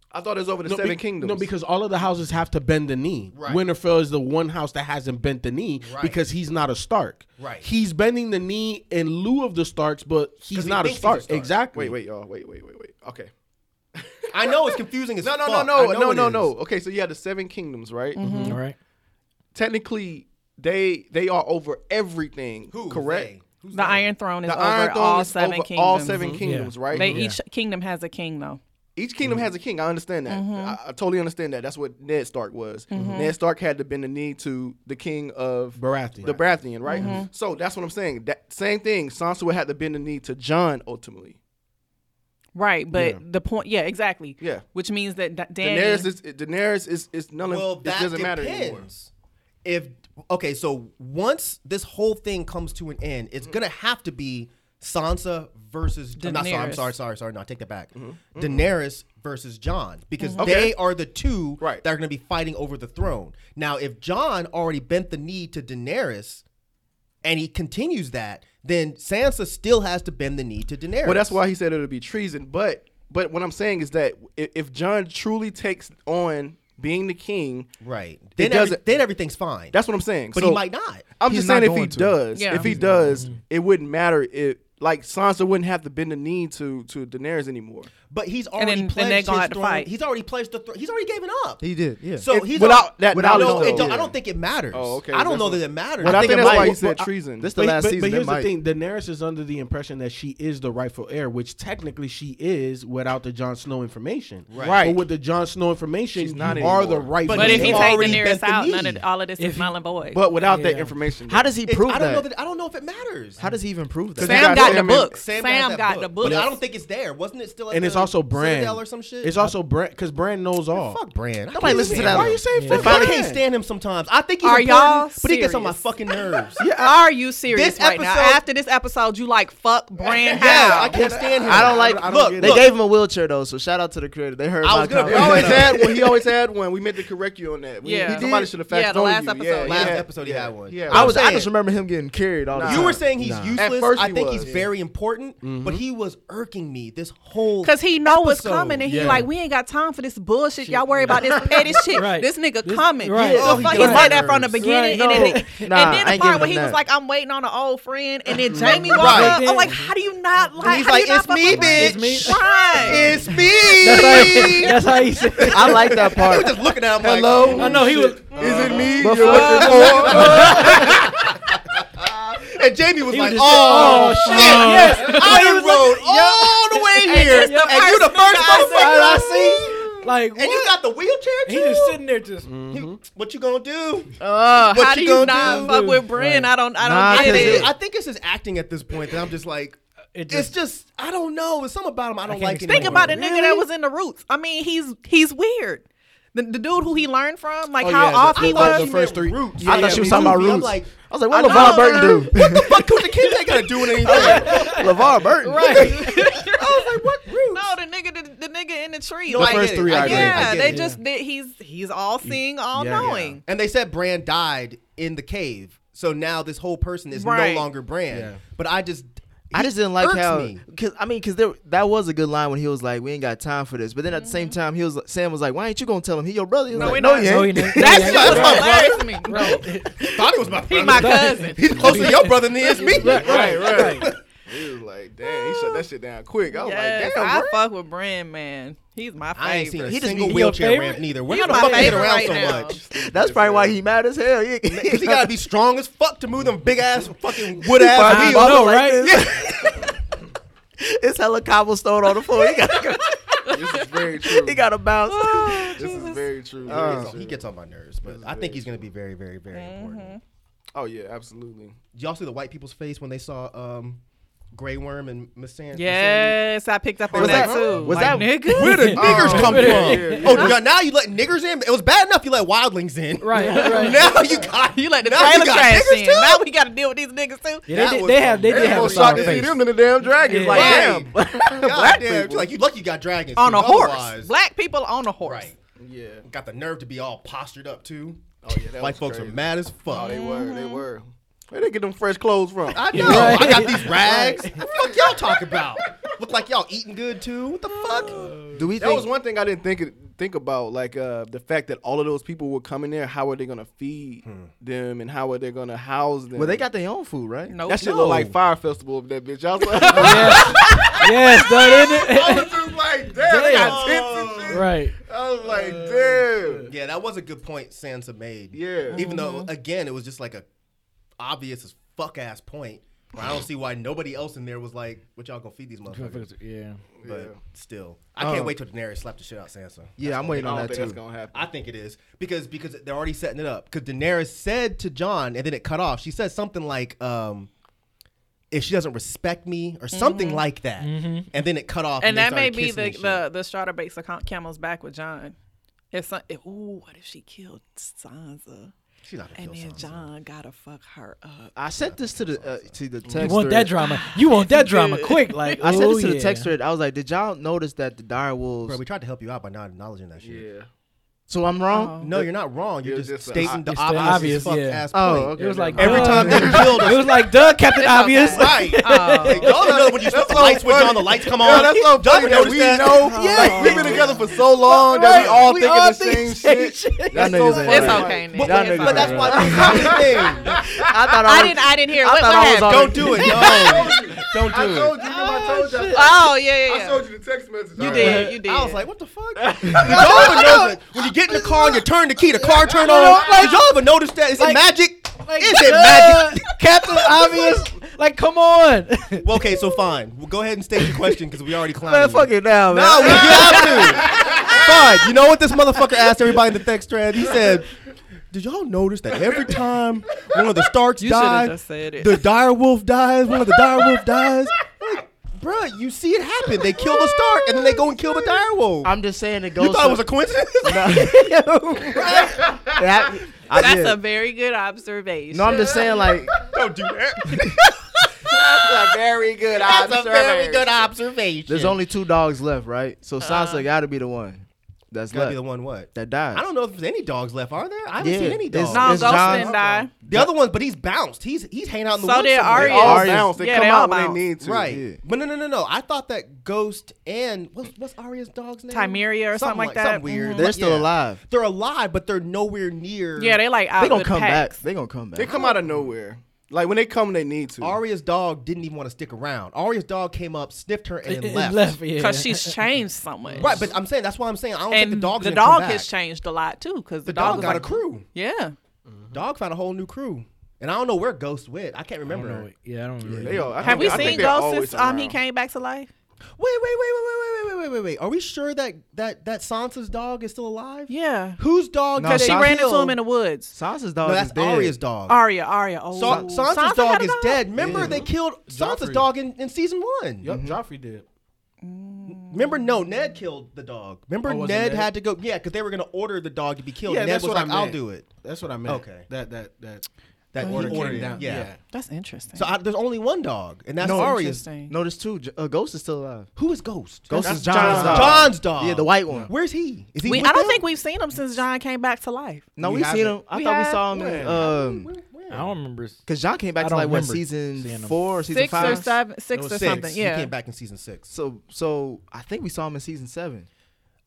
I thought it was over the
No,
seven
be-
kingdoms.
No, because all of the houses have to bend the knee.
Right.
Winterfell is the one house that hasn't bent the knee because he's not a Stark.
Right.
He's bending the knee in lieu of the Starks, but he's
he
not a
thinks he's a
Stark.
Stark.
Exactly.
wait, wait, y'all, wait, wait, wait, wait. Okay.
I know it's confusing as
No, no,
fuck.
no,
I
no,
know
no,
it
no,
is.
no. Okay, so you have the seven kingdoms, right? Mm-hmm.
All right.
Technically, they they are over everything.
Who?
correct?
They? Who's
The
they?
Iron Throne is
The
over
Iron Throne
all
is
seven
over
kingdoms.
all seven kingdoms, right?
They each kingdom has a king though.
Each kingdom has a king. I understand that. I, I totally understand that. That's what Ned Stark was. Ned Stark had to bend the knee to the king of
Baratheon.
the Baratheon, right? So that's what I'm saying. That same thing. Sansa would have to bend the knee to John ultimately.
Right, but the point, yeah, exactly.
Yeah.
which means that Da- Danny,
Daenerys is Daenerys is is none of
Well,
it
that
doesn't
depends.
matter anymore.
If okay, so once this whole thing comes to an end, it's gonna have to be Sansa versus. I'm not sorry. I'm
Daenerys.
sorry. Sorry. Sorry. No, I take that back.
Mm-hmm.
Daenerys versus John because
Okay.
they are the two
Right.
that are gonna be fighting over the throne. Now, if John already bent the knee to Daenerys, and he continues that, then Sansa still has to bend the knee to Daenerys.
Well, that's why he said it'll be treason. But but what I'm saying is that if, if John truly takes on being the king,
Right.
It
Then, every-
doesn't-
then everything's fine.
that's what I'm saying.
but
So-
he might not.
I'm
He's
just saying
not
if he
going to.
does,
Yeah.
if he
He's
does, it wouldn't matter. It like Sansa wouldn't have to bend the knee to to Daenerys anymore.
But he's already
then- then
pledged
they gonna
his
have to
throne.
fight.
He's already pledged the throne. He's already given up.
He did, yeah.
So he's
without
al-
that
without-
knowledge,
no, it
though,
don't-
yeah.
I don't think it matters.
Oh, okay.
I don't
That's
know
what-
that it matters.
But I think that's
might-
why he said
well, I-
treason.
This the
But-
last
but,
season.
but
it
here's
might-
the thing: Daenerys is under the impression that she is the rightful heir, which technically she is without the Jon Snow information.
Right.
But with the Jon Snow information,
She's
you
not
are the
anymore.
rightful.
but if
heir.
he
They've
takes
already bent
Daenerys
the
out,
knee.
none of all of this is null and void.
But without that information,
How does he
It-
prove
I
that?
don't know that. I don't know if it matters.
How does he even prove
Cause
that?
you
Sam
got
got the
Sam in-
book.
Sam,
Sam,
has that
got
book.
the book.
But I don't think it's there. Wasn't it still? At
and
the
it's also Brand
Citadel or some shit.
It's also Brand because Brand knows all.
fuck Brand.
Nobody listens to that.
Why you saying fuck?
I
Brand?
can't stand him sometimes. I think he's
Are
important,
y'all
but he gets on my
serious?
fucking nerves.
Are you serious
This
right now?
episode-
After this episode, you like fuck Brand
yeah,
Howe.
I can't stand him.
I don't like.
Look,
look,
look.
they gave him a wheelchair though, so shout out to the creator. They heard
I
my
was gonna
He
bring
comment.
always had one. He always had one. We meant to correct you on that. We,
Yeah.
yeah,
He
somebody
did?
should have fact
Yeah, the
on
last
you.
episode.
Yeah,
Last
yeah,
episode he
yeah,
had one.
Yeah,
I was. I
saying.
just remember him getting carried all the
Nah.
time.
You were saying he's
At
useless.
first
I
he
think
was.
he's very important, but he was irking me this whole
Cause he know what's
episode.
coming, and he
Yeah.
like, we ain't got time for this bullshit. Y'all worry about this petty shit.
Right.
This nigga
This-
coming.
right.
So
Oh,
fuck,
he
he said
got
that from the
nerves.
beginning, and,
Right, no.
then, and
Nah,
then
I
the
ain't
part
giving
where he
him
was
that.
like, I'm waiting on an old friend, and then Jamie walked up.
Right.
I'm like, how do you not like?
He's
how do you
like,
not
"It's me,
fuck with
bitch.
Brand?" Right.
It's me.
That's how he said.
I like that
I
part.
was just looking at him
Hello?
like,
I know he was.
it me?
and Jamie was
He
like,
was just-
oh,
oh,
shit,
shit.
yes, I done rode all the way here,
it's the
and you the
first
first
guy I
motherfucker I see,
Like
and you
what?
got the wheelchair too.
He just sitting Mm-hmm. there, just
What you gonna do?
Uh,
What
how
you
do you
gonna
not
do?
fuck with Brand? I don't. I don't
Nah,
get
I
cause
it.
think, I think it's his acting at this point that I'm just like,
It
it's
just-
just I don't know. It's something about him I don't
can't
like.
explain
Think
Lord.
anymore.
about a nigga that was in the roots. I mean, he's he's weird. The, the dude who he learned from, like how
yeah, the-
off
the-
he
the-
was.
the first three.
Roots.
I thought she was
me
talking about
too.
Roots.
I'm like,
I was like, what
I know,
LeVar Burton do?
what the fuck? Who's the kid ain't gonna do anything?
LeVar Burton.
I was like, what
Roots?
No, the nigga, the, the nigga in the tree.
No,
like,
I
first
get it.
three
I
I
get
agree.
it. I
yeah,
get
they
it.
just they, he's he's all seeing, all
Yeah.
knowing.
And they said Brand died in the cave, so now this whole person is
Right.
no longer Brand.
Yeah.
But I just,
I
he
just didn't like
irks
how,
me.
cause I mean, cause there, that was a good line when he was like, "We ain't got time for this." But then at the same time, he was Sam was like, "Why ain't you gonna tell him he your brother?" He was
No, we
like,
not.
he
oh,
ain't."
you know,
That
yeah,
shit
yeah.
was hilarious to me.
thought he was my brother.
He my cousin.
He's closer to your brother than he is me.
Right, right.
He was like, damn, he shut that shit down quick. I was
Yes,
like, damn,
I
bro.
fuck with Brand, man. He's my favorite.
I ain't seen a
He just
single
be
your
wheelchair
favorite?
ramp neither. Where
He's
how the
my
fuck he get
favorite
around
right
so
now.
much?
That's probably why he mad as hell. He,
Cause he gotta be strong as fuck to move them big ass fucking wood ass
I
wheels.
know, right?
it's hella cobblestone on the floor. He got,
This is very true.
he got to bounce.
this is very true.
So
Very true.
he gets on my nerves, but I think he's gonna be very, very, very important.
oh yeah, absolutely.
Did y'all see the white people's face when they saw um, Grey Worm and Miss Sand?
Yes, I picked up on that,
that-
too.
was that-
Like, nigga?
Where the niggers come from?
yeah, yeah.
Oh, now- now you let niggers in. It was bad enough you let wildlings in.
Right, right.
Now you got
You let the
now you
trailer
got
trash
niggas
in.
too?
Now we got to deal with these niggas too.
Yeah,
That
they,
was
did, they have they did
Everyone
have a
shocked
sour
to see
face.
them in the damn dragons.
Yeah.
Like,
Right.
damn.
God damn, like you lucky you got dragons
On
too,
a horse.
otherwise-
Black people on a horse.
Right.
Yeah.
Got the nerve to be all postured up too.
Oh yeah, that
White
was
folks
crazy.
are mad as fuck.
Oh, they were. They were. Where they get them fresh clothes from?
I know.
Right.
I got these rags. What the fuck y'all talk about? Look like y'all eating good too. What the fuck?
Do we
that
think?
was one thing I didn't think think about, like uh, the fact that all of those people were coming there. How are they gonna feed them, and how are they gonna house them?
well, they got their own food, right?
Nope.
that shit
Oh, no.
look like fire festival of that bitch. I was like, I
Yes, yes, done
was just like, damn, they got tents and
it.
shit.
Right.
I was like, damn.
Yeah, that was a good point Sansa made.
Yeah.
Even though again it was just like a obvious as fuck ass point. I don't see why nobody else in there was like, "What y'all gonna feed these motherfuckers?"
Yeah.
But still, I can't wait till Daenerys slapped the shit out of Sansa.
Yeah, I'm waiting
I
on
don't
that
think
too.
that's gonna happen.
I think it is because because they're already setting it up. Because Daenerys said to John, and then it cut off. She said something like, um, "If she doesn't respect me," or something like that. And then it cut off.
and
they
that may
started
be
kissing
the
and shit.
the, the straw that breaks the com- camel's back with John. If some, if, ooh, what if she killed Sansa?
She's not gonna
And
kill
then
Sansa.
John gotta fuck her up.
I sent this to the uh, to the text.
You want that drama? You want that drama quick? Like
I sent
oh,
this to the
yeah.
text thread. I was like, "Did y'all notice that the dire wolves?"
Bro, we tried to help you out by not acknowledging that shit.
Yeah.
so I'm wrong.
No, you're not wrong. You're,
You're
just,
just a-
stating the
It's the
obvious,
obvious,
fuck
yeah.
ass
Oh,
point.
okay.
It was like
Every
duh.
time they killed us,
It was like duh, Captain Obvious.
right?
Oh.
Like, y'all don't know when you switch the light switch on, the lights come on.
Yeah, that's so
Y'all
funny that
notice
we
that.
know.
Yeah.
We've been together for so long that we all
We
thinking
all
the
think
same shit. That's
Y'all niggas
so
ain't
funny.
It's
Right.
okay, Nick.
But,
Y'all
It's
niggas
but that's
okay.
why that's the thing.
I thought
I
I was.
didn't. I didn't hear. What,
thought
what
I was
happened?
Don't do it. No, don't
I
do
told
it.
you. Remember I told you.
Oh yeah, yeah,
I
yeah.
showed you the text message.
You did. You did.
I was like, what the fuck? y'all ever notice it? When you get in the car and you turn the key, the car turn on. Did y'all ever notice that? Is it magic? Is it magic?
Captain Obvious. Like come on.
Well, okay, so fine. Well, go ahead and state your question because we already climbed.
Man, fuck it now, man.
No, we have to. Fine. You know what this motherfucker asked everybody in the text thread? He said, "Did y'all notice that every time one of the Starks
should've
dies,
just said it.
the direwolf dies, one of the direwolf dies?" Like, bruh, you see it happen. They kill the Stark and then they go and kill the direwolf.
I'm just saying it goes.
you thought it was a coincidence?
that, I,
That's
yeah.
a very good observation.
No, I'm just saying like
Don't do that.
That's a very good
That's a very good observation.
there's only two dogs left, right? So Sansa got to be the one that's
gotta
left
be the one. What?
that dies.
I don't know if there's any dogs left, are there? I haven't
Yeah,
seen any
it's-
dogs.
no,
It's
Ghost
John-
didn't die.
The other ones, but he's bounced. He's he's hanging out in the
So
woods.
did
somewhere.
Arya.
All
Arya's-
bounce. They
Yeah,
come
they all
out when
bounce.
they need to.
Right.
Yeah.
But no, no, no, no. I thought that Ghost and what's, what's Arya's dog's name?
Tymeria or something like that.
Something weird.
They're still
Yeah.
alive.
They're alive, but they're nowhere near.
Yeah, they like out.
They gonna
with
come
packs.
back. They gonna come back.
They come out of nowhere. Like when they come, they need to.
Arya's dog didn't even want to stick around. Arya's dog came up, sniffed her, and then
It
left.
yeah.
Cause she's changed so much.
Right, but I'm saying that's why I'm saying I don't
and
think the dog's
the
gonna come
dog
back.
has changed a lot too. Cause the,
The dog,
was
got
like,
a crew.
Yeah.
Dog found a whole new crew, and I don't know where Ghost went. I can't remember. her.
yeah, I don't remember.
They all- I
Have
think-
we
I think
seen
they're
Ghost
always
since um he
around.
came back to life?
Wait, wait, wait, wait, wait, wait, wait, wait, wait, wait. Are we sure that that that Sansa's dog is still alive?
Yeah.
Whose dog?
No,
did
Cause she
they
Sansa-
ran into
kill?
him in the woods.
Sansa's dog
No,
is
that's
dead.
Arya's dog.
Arya, Arya. Oh,
Sa- Sansa's
got
dog
a
is dead. Remember,
Yeah.
they killed Sansa's
Joffrey.
dog in, in season one.
Yep, Joffrey did.
Remember, no, Ned killed the dog. Remember,
Oh, was it
Ned,
Ned?
had to go. Yeah, because they were gonna order the dog to be killed.
Yeah,
Ned
that's
was
what
like,
I
"I'll
meant.
do it."
That's what I meant.
Okay.
That that that.
That he
order
ordered
came
it.
down.
Yeah.
Yeah.
That's interesting.
So I, there's only one dog, and that's
No,
Arya's.
Interesting.
No, there's two. J- Uh, Ghost is still alive.
Who is Ghost?
Ghost
That's
is John's dog.
John's dog.
Yeah, the white one.
Where's he? Is he?
We,
with
I don't
them?
think we've seen him since John came back to life.
No,
We
we, seen
haven't.
him. I
We
thought we
have?
saw him in
When?
um
I don't remember.
because John came back
I
to
don't
like what
remember
season
seeing him.
four, season
Six or
five.
seven,
It
six
was
or
six.
something.
He
Yeah.
came back in season six.
So so I think we saw him in season seven.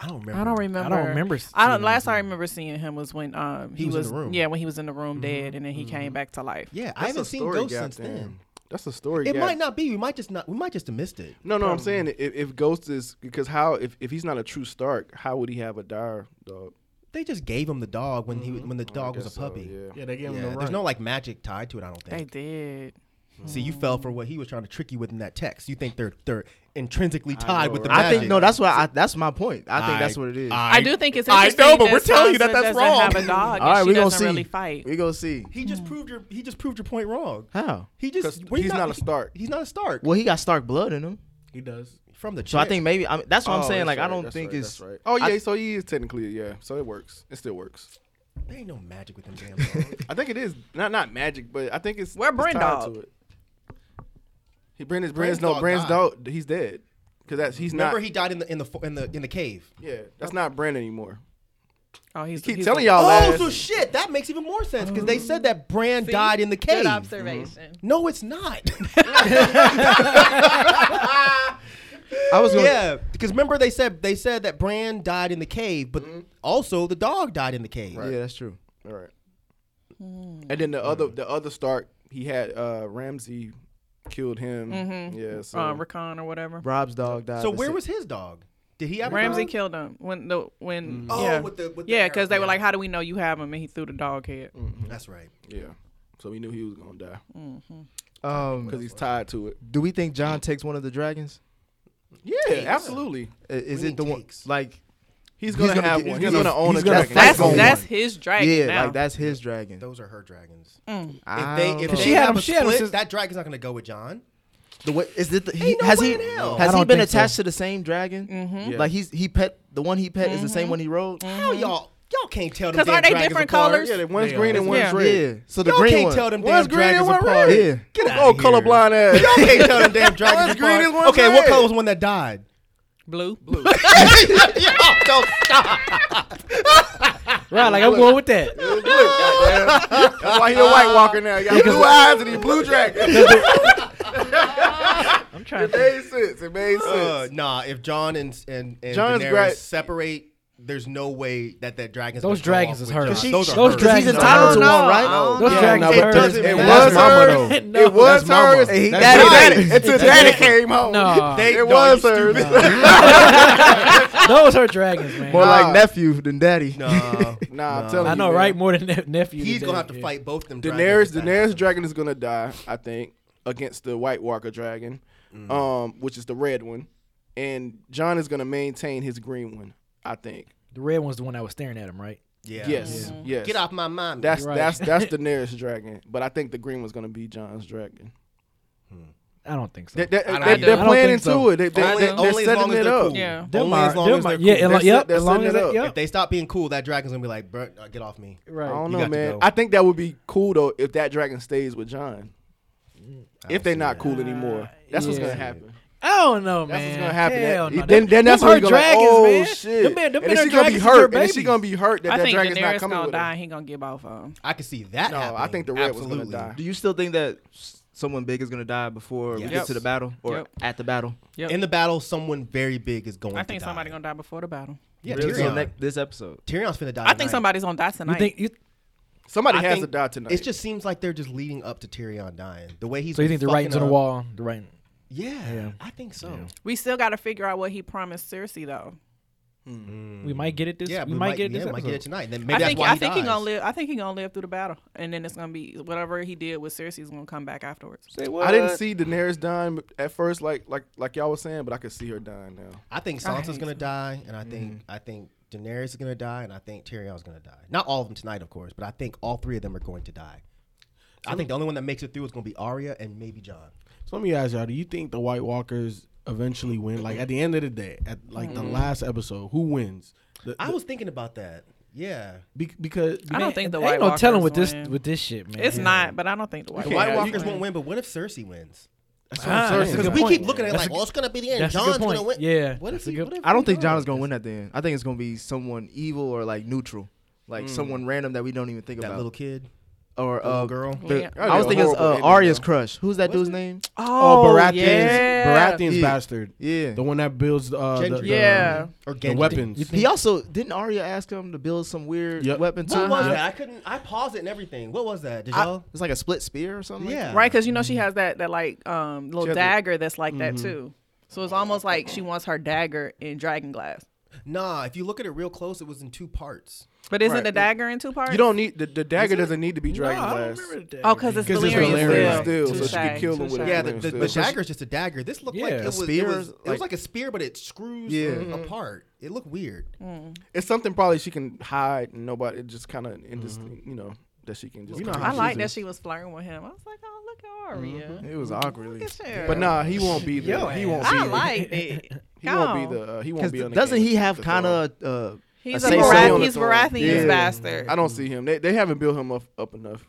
I don't remember.
I don't remember.
remember
I don't.
seeing
Last I remember seeing him was when um he,
was
was,
in the room. Mm-hmm.
Yeah, when he was in the room dead, and then he came back to life.
Yeah, I
That's
haven't
a
seen
story
Ghost
gap,
since
damn.
then.
That's a story.
It
gap.
might not be. We might just not. We might just have missed it.
No, no, I'm saying if, if Ghost is because how if, if he's not a true Stark, how would he have a dire dog?
They just gave him the dog when he when the dog was a
So,
puppy.
yeah.
Yeah, they gave
Yeah,
him the
there's
run.
no like magic tied to it. I don't
They
think.
did.
See, you fell for what he was trying to trick you with in that text. You think they're they're intrinsically tied with the magic.
I think no, that's what I that's my point. I think that's what it is.
I, do think it's
I
interesting.
know, but
that
we're telling you that
Sansa
that's
doesn't
wrong.
Have a dog.
All right,
and
we
she
gonna
doesn't
see.
really fight.
We gonna see
He just proved your he just proved your point wrong.
how.
He
'Cause
just when
he's not a Stark.
He's not a Stark.
Well, he got Stark blood in him,
He does.
from the
so I
chick.
think maybe I mean, that's what I'm
Oh,
saying.
that's
Like I
right,
don't
that's
think
right,
it's
that's right. Oh yeah,
I-
so he is technically yeah. So it works. It still works.
there ain't no magic with them damn dogs.
I think it is not not magic, but I think it's
Where
it's
Bryn
tied
dog?
to it. He Brandon's
Bryn's
Brand's no
dog
Brand's
died.
dog. He's dead because that's he's
Remember
not.
he died in the in the fo- in the in the cave.
yeah, that's not Brand anymore.
Oh, he's,
Keep
he's
telling
a-
y'all
Oh,
that.
so shit! That makes even more sense because they said that Bran died in the
Good
cave.
observation.
No, it's not.
I was gonna,
yeah, because remember they said they said that Bran died in the cave, but also the dog died in the cave.
yeah that's true.
All right. And then the other the other Stark he had uh Ramsey killed him. Yeah. So
Uh, Rakan or whatever.
Rob's dog died.
So
the
where
se-
was his dog? Did he have a
Ramsey
dog?
killed him when the when
Oh,
yeah
with the- with the
yeah because they
arrow,
were
yeah.
like how do we know you have him and he threw the dog head
That's right.
yeah. So we knew he was gonna die.
Um,
because he's tied to it.
do we think John takes one of the dragons?
Yeah, absolutely.
I- Is it the one like
He's
He's
gonna
gonna
have
get-
one.
he's
He's gonna
gonna-
own
he's
a
gonna
dragon.
fight
That's
on
that's
one.
his dragon
yeah,
now.
like that's his dragon.
Those are her dragons.
Mm.
If
I
they,
don't
if
know.
they
She had
have
him-
a
she had him
split,
since-
that dragon's not gonna go with John.
Mm-hmm.
The way is it? The, he,
no
has
way
he
in hell.
has
I
he
don't
been
think so.
attached to the same dragon? Mm-hmm. Like he's he pet the one he pet is the same one he rode.
Hell, y'all, y'all can't tell them.
'Cause
damn
aren't they
dragons
different
apart.
colors?
Yeah, they- one's
They
green
are.
and one's
Yeah.
red.
Yeah. So the
Y'all
green
can't
one.
tell them damn
One's green and
dragons
one
apart.
red.
Yeah.
Get out
Oh, colorblind ass.
Y'all can't tell them damn dragons
One's green
apart.
and one's
okay, what
red.
color was the one that died?
blue.
Right, like I'm going with that.
Look, goddamn. That's why he a White Walker now. He got blue eyes and he blue dragon.
I'm trying
It made sense. It made sense.
Uh, nah, if John and and, and
John's
Daenerys
gra-
separate, there's no way that that dragons.
Those
would go
dragons
off
is
with
her.
Jon.
She-
those are
those
her.
dragons
He's
No,
entitled to
no,
one, right?
no,
Those
no.
dragons
it
are hers.
doesn't
It was
matter.
hers.
Mama,
It
It was hers.
He-
That's
that
right.
Daddy- Until daddy came home.
No.
They-
it
no,
was
you
hers.
Those are dragons, man.
More
Nah.
like nephew than daddy.
Nah,
Nah, I'm telling you.
I know,
man.
right? More than ne- nephew.
he's gonna have to
Yeah.
fight both them.
Daenerys,
dragons if that
Daenerys
happens.
dragon is gonna die, I think, against the White Walker dragon, um, which is the red one, and John is gonna maintain his green one. I think.
The red one's the one that was staring at him, right?
Yeah.
Yes. Yes.
Get off my mind.
That's
Mm-hmm. Right.
that's that's Daenerys dragon, but I think the green one's gonna be John's dragon.
I don't think so.
They, they,
don't
they,
do.
they're
I don't
planning
think
to
so.
it. They, they,
only,
they,
only
they're
as
setting
long as
it
they're
up.
cool.
Yeah.
Them
Only
are-
as long
them
as
are-
they're
yeah,
cool.
and
They're
like, yep,
set-
as
they're
long as
setting it
they,
up.
yep,
If they stop being cool, that dragon's gonna be like, "Bruh, uh, get off me."
right.
I don't
You
know,
got to
man.
go.
I think that would be cool though if that dragon stays with John. If they're not cool anymore, that's what's
Uh, yeah.
gonna happen.
I don't know,
That's
man.
what's gonna happen.
Hell
That-
no.
Then, then that's
them
when
her
you're gonna
dragons,
like, oh
man. Them,
shit.
men- them men
and
are
then she's gonna be
dragons is her
hurt. And then she's
babies.
gonna be hurt that
I
that
think
dragon's not
Daenerys
coming
gonna
with
die.
her.
He gonna give off um.
I can see that.
No, I
happening.
think the red one's
Absolutely.
gonna die.
Do you still think that s- someone big is gonna die before we
Yes.
get to the battle or
Yep.
at the battle?
Yep.
In the battle, someone very big is going.
I
to
think
die.
somebody gonna die before the battle.
Yeah,
Really? So
Tyrion.
next- this episode.
Tyrion's finna die.
I think
tonight.
somebody's gonna die tonight.
You think you,
Somebody
I
has
think
to die tonight.
It just seems like they're just leading up to Tyrion dying. The way he's
so? You
been
think the
fucking
writing's on the
up.
wall? The writing.
Yeah, I think so.
we still gotta figure out what he promised Cersei though.
We might get it this.
Yeah,
we, might, get it this
yeah, might get it
episode.
tonight. And then maybe
I
that's
think
why
I
he
think
dies.
he gonna live. I think he gonna live through the battle, and then it's gonna be whatever he did with Cersei's gonna come back afterwards.
I didn't see Daenerys dying at first, like like like y'all was saying, but I could see her dying now.
I think
I
Sansa's
hate
gonna
Sansa.
die, and I
Mm.
think I think Daenerys is gonna die, and I think Tyrion's gonna die. Not all of them tonight, of course, but I think all three of them are going to die. I think the only one that makes it through is gonna be Arya and maybe John.
So let me ask y'all: Do you think the White Walkers eventually win? Like at the end of the day, at like the last episode, who wins? The-
Mm-hmm. I
the-
was thinking about that. Yeah,
be- because
I don't
Man,
think the
ain't
White
no telling with
Walkers
this
win.
with this shit, man.
It's not, but I don't think the White,
the White
yeah, you
Walkers
can-
won't win, but what if Cersei wins?
that's what I'm
Ah,
saying.
that's
Because
a
we
good
keep
point.
looking at it
That's
like,
a
oh, it's gonna be the end.
that's a good
John's gonna
point.
win.
Yeah,
What if
that's a
he?
good-
What if
I don't
he
think John
does?
is gonna win at the end. I think it's gonna be someone evil or like neutral, like someone random that we don't even think
That
about.
little kid,
or
little
uh,
girl.
the-
Yeah.
I was
That'd be a
thinking it's
horrible
uh,
ending,
Arya's
though.
crush. Who's that dude's name?
Oh, Baratheon's,
yeah.
Baratheon's
Yeah.
bastard.
Yeah.
The one that builds uh, the,
Gendry.
the-
Yeah.
or
the
Gendry.
weapons.
He also didn't Arya ask him to build some weird
Yep.
weapon too.
What was that? I couldn't. I paused it and everything. What was that? Did
I-
y'all?
it's like a split spear or something. like
Yeah.
Right, because you know she has that that like um little
has a- Mm-hmm.
dagger that's like that too. So it's almost like she wants her dagger in dragon glass.
Nah. If you look at it real close, it was in two parts.
But isn't
Right.
the dagger in two parts?
You don't need the, the dagger doesn't need to be dragon glass.
Oh, because it's
'Cause it's
Valyrian
Valyrian
steel.
steel, so she could
Touche,
kill him with
touche.
it.
Yeah,
Yeah,
the,
but
the,
still.
the dagger is just a dagger. This looked like
Yeah.
it
A
was,
spear,
it, was, it was
like-
like a spear, but it screws
Yeah.
apart. It looked weird.
It's something probably she can hide and nobody it's just kinda in this you know, that she can just Mm-hmm. you know
I like that she was flirting with him. I was like, oh look at Arya.
It was awkwardly.
Look at her.
Mm-hmm. But nah, he won't be the he won't
I
be
like it.
he won't be the uh, he won't
Because
be on the
doesn't
game
he have
at
kind
all.
of uh,
He's
I
a
say so.
Barath-
On the
he's
throne.
Baratheon's
Yeah.
bastard.
I don't see him. They they haven't built him up up enough,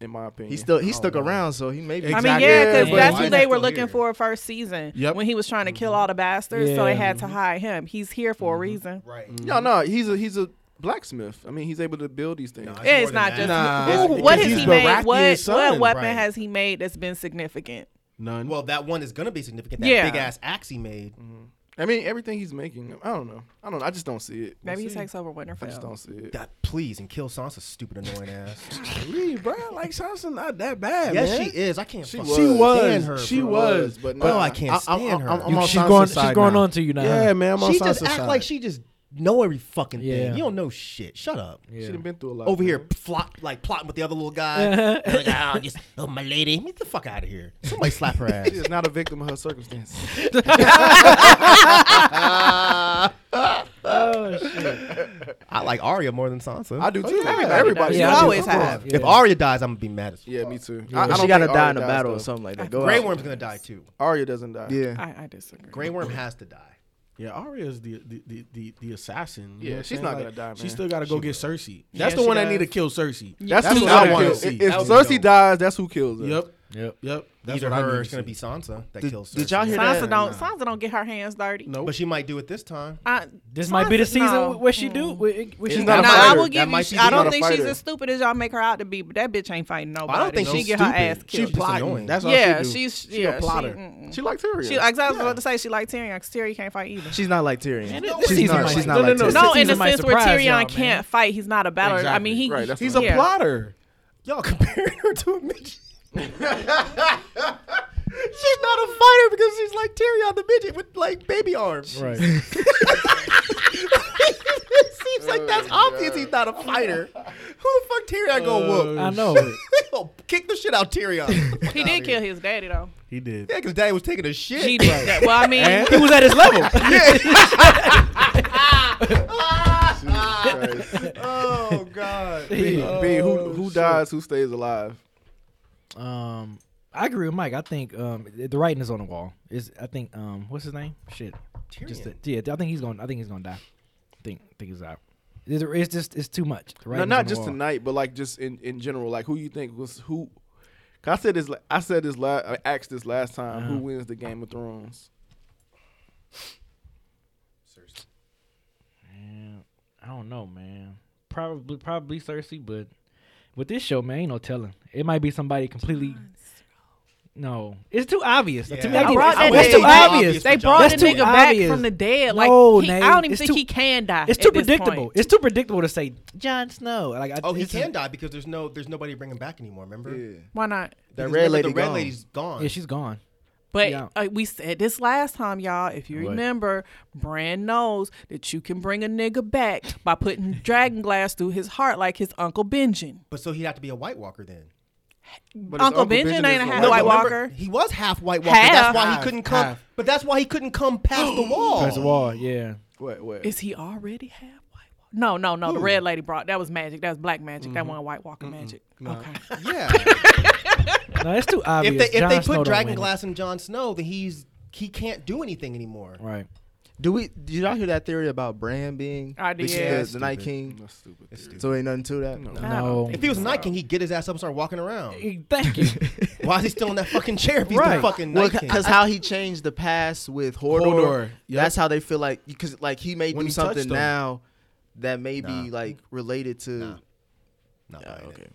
in my opinion.
he still he stuck around, so he maybe
I mean,
Exactly.
yeah, because
Yeah,
that's
why
who
is
they
that
were
still
looking
here?
for first season
Yep.
when he was trying to
Mm-hmm.
kill all the bastards, so
Yeah.
they had to hide him. He's here for a reason.
Right.
No, no, he's a he's a blacksmith. I mean, he's able to build these things.
Nah,
Yeah,
It's
it's
more
not
than
just
that.
who-
Nah,
who-
it's
what
because
has
he's
he made? What,
Baratheon's
what
son,
weapon
right.
has he made that's been significant?
None.
Well, that one is gonna be significant. That
Yeah.
big ass axe he made.
I mean, everything he's making. I don't know. I don't know. I just don't see it.
Maybe he
see.
takes over Winterfell.
I just don't see it.
That please and kill Sansa's stupid annoying ass.
Lee, bro, like Sansa not that bad.
yes,
man.
she is. I can't. She
She was.
Stand her,
she
bro.
was. But
but
Oh,
nah.
I can't stand her.
You-
on
she's
Sansa's
going-
side
she's going
now.
on to you now.
Yeah, man. I'm on
She just
Sansa's
act
side.
like she just know every fucking thing.
Yeah.
You don't know shit. Shut up.
She done been through a lot.
Over here,
man.
flop like plotting with the other little guy. like, oh, just, oh, my lady, get the fuck out of here. Somebody slap her ass.
She is not a victim of her circumstances.
I like Arya more than Sansa.
Oh,
I do too.
Everybody does. You
I do.
always
Come on.
have.
If Arya dies, I'm gonna be mad as. Yeah.
Yeah, me too. I, I
But
don't
she gotta
think
die
Arya
in a
dies,
battle
though.
or something like that. Go
Grey
out.
Worm's gonna die too.
Arya doesn't die.
Yeah.
I, I disagree.
Grey Worm has to die.
Yeah, Aria's the the the, the, the assassin. you
Yeah,
know what
she's
I'm
not
saying?
gonna die,
She
man.
still got to go get Cersei.
Yeah,
That's the
she
one that
does.
need to kill Cersei.
That's,
That's
who
what
I
I
want
wanna
to see.
see.
If
That would
Cersei
be dope.
dies, that's who kills her.
Yep. Yep. Yep. That's
Either
what I
her or
need to
it's gonna
see.
be Sansa that
Did-
kills Cersei.
did y'all hear
Sansa
that?
don't. Sansa don't get her hands dirty.
Nope.
But she might do it this time.
I,
This might be the
Sansa-
season
no.
where she do. Where, where
It's
she
not
Now
a
I
fighter.
will
That
give you.
might
She,
be
I
not
don't
a
think she's
fighter.
as stupid as y'all make her out to be. But that bitch ain't fighting nobody.
I don't think
she
she's
get her
stupid.
ass
She's
killed.
just annoying.
That's all
yeah,
she do.
she's
She
yeah,
a plotter.
She, mm-mm.
She likes Tyrion.
She, exactly. I was about to say she like Tyrion. 'cause Tyrion can't fight either.
She's not like Tyrion.
this
she's
season
not.
might-
She's not
no,
like
no,
Tyrion.
no, this
No, in the
season might
sense where
surprise
Tyrion
y'all, man.
can't fight, he's not a battler. I mean, he
Right, that's
he's
what
a plot.
Plotter.
Y'all comparing her to a midget. she's not a fighter because she's like Tyrion the midget with like baby arms.
Right.
it seems like that's obvious he's not a fighter. Who the fuck Tyrion gonna whoop?
I know. it.
He'll kick the shit out Tyrion.
He did kill his daddy though.
He did.
yeah, because daddy was taking a shit.
He did. that. Well, I mean,
He was at his level.
oh god.
B, B, who who dies, who stays alive?
Um, I agree with Mike. I think um, the writing is on the wall. Is I think um, what's his name? Shit. Just the- yeah, I think he's going. to I think he's going to die. I think I think he's out. It's, it's just it's too much. The
No,
writing's on
not
the
just
wall.
tonight, but like just in, in general. Like who you think was who? 'cause I said this. la- I said this. La- I asked this last time. Who wins the Game of Thrones?
Man, I don't know, man. Probably probably Cersei, but with this show, man, ain't no telling. It might be somebody completely. No, it's too obvious. To me, I
I
think-
brought that
that's
nigga-
too
It's
obvious.
for
They
Jon.
brought the
That's too
nigga back
obvious.
from the dead. Like
No,
he,
Nate,
I don't even
it's
think
too-
he can die.
It's too
at this
predictable.
point.
It's too predictable to say Jon Snow. Like, I,
Oh, he
it's-
can die because there's no there's nobody to bring him back anymore. Remember?
Yeah.
Why not?
Because
red
remember
lady
the red
gone.
lady's gone.
Yeah, she's gone.
But
Yeah.
uh, we said this last time, y'all. If you
What?
remember, Bran knows that you can bring a nigga back by putting dragon glass through his heart like his uncle Benjen.
but so he'd have to be a White Walker then.
But it's
Uncle, Benjen ain't a half
is alive.
but
White
remember,
Walker.
He was half White Walker.
Half.
That's why he couldn't come.
Half.
But that's why he couldn't come past the wall.
That's the wall. Yeah.
Wait, wait.
Is he already half White Walker? No, no, no. The red lady brought that was magic. That was black magic.
Mm-hmm.
That one White Walker magic. Okay.
Yeah.
No, it's too
if
obvious.
they if
Jon
they
Snow don't
put Dragon
win it.
Glass in Jon Snow, then he's he can't do anything anymore.
Right.
Do we? Did y'all hear that theory about Bran being
I
the,
did.
king-
Yeah,
the, the Night King?
That's stupid.
So ain't nothing to that.
No.
If he was a Night King, he'd get his ass up and start walking around.
Thank you.
Why is he still in that fucking chair if he's the
Right.
fucking
Well,
Night King?
because how he changed the past with Hodor,
Hodor, yep.
that's how they feel like because like he may
When
do
he touched
something
them.
now that may be
Nah.
like related to.
Not
Yeah,
buying it.
okay.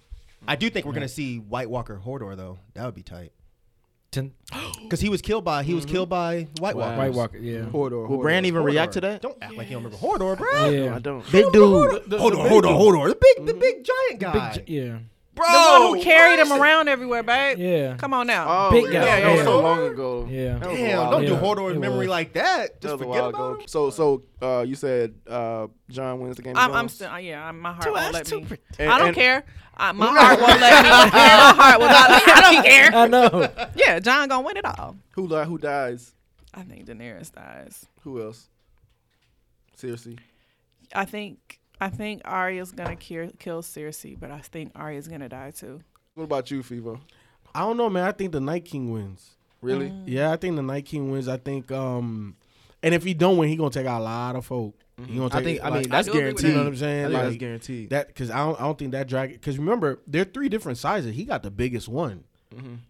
I do think we're gonna see White Walker Hordor though. That would be tight.
Ten-
Because he was killed by he was killed by White Walker.
White Walker. Yeah.
Hodor,
Will
Hodor.
Bran even react to that?
Don't act like you don't remember Hordor, bro.
Yeah.
I don't.
Big dude.
Hold on, hold on, hold on. The big, the
Mm-hmm.
big giant guy,
Big, J- yeah.
bro.
The one who carried him around everywhere, babe.
Yeah.
Come on now.
Oh,
Big
yeah,
guy.
yeah, that was
Yeah.
so long ago.
Yeah.
That was a
Damn,
while
don't
ago.
do
Yeah,
Hordor's
it
memory
was.
like
That
that. Just
was a
forget
while
about
ago.
him.
So, so uh, you said uh, John wins the game. of
I'm, I'm
Thrones?
still, uh, yeah, I'm- my heart won't
that's
let
too
me.
pretty.
I don't
And-
care. I, my heart won't let me. My heart will not let me. I don't care.
I know.
Yeah, John gonna win it all.
Who li- who dies?
I think Daenerys dies.
Who else? Seriously,
I think I think Arya's gonna cure, kill Cersei, but I think Arya's gonna die too.
what about you, Fivo?
I don't know, man. I think the Night King wins.
Mm-hmm.
Really?
Yeah, I think the Night King wins. I think, um, and if he don't win, he gonna take out a lot of folk. He gonna
I
take.
think. I
like,
mean, that's
I do agree with
guaranteed.
that.
you know what I'm saying?
I think that's
Like,
guaranteed.
That because I don't, I don't think that dragon. Because remember, they're three different sizes. He got the biggest one.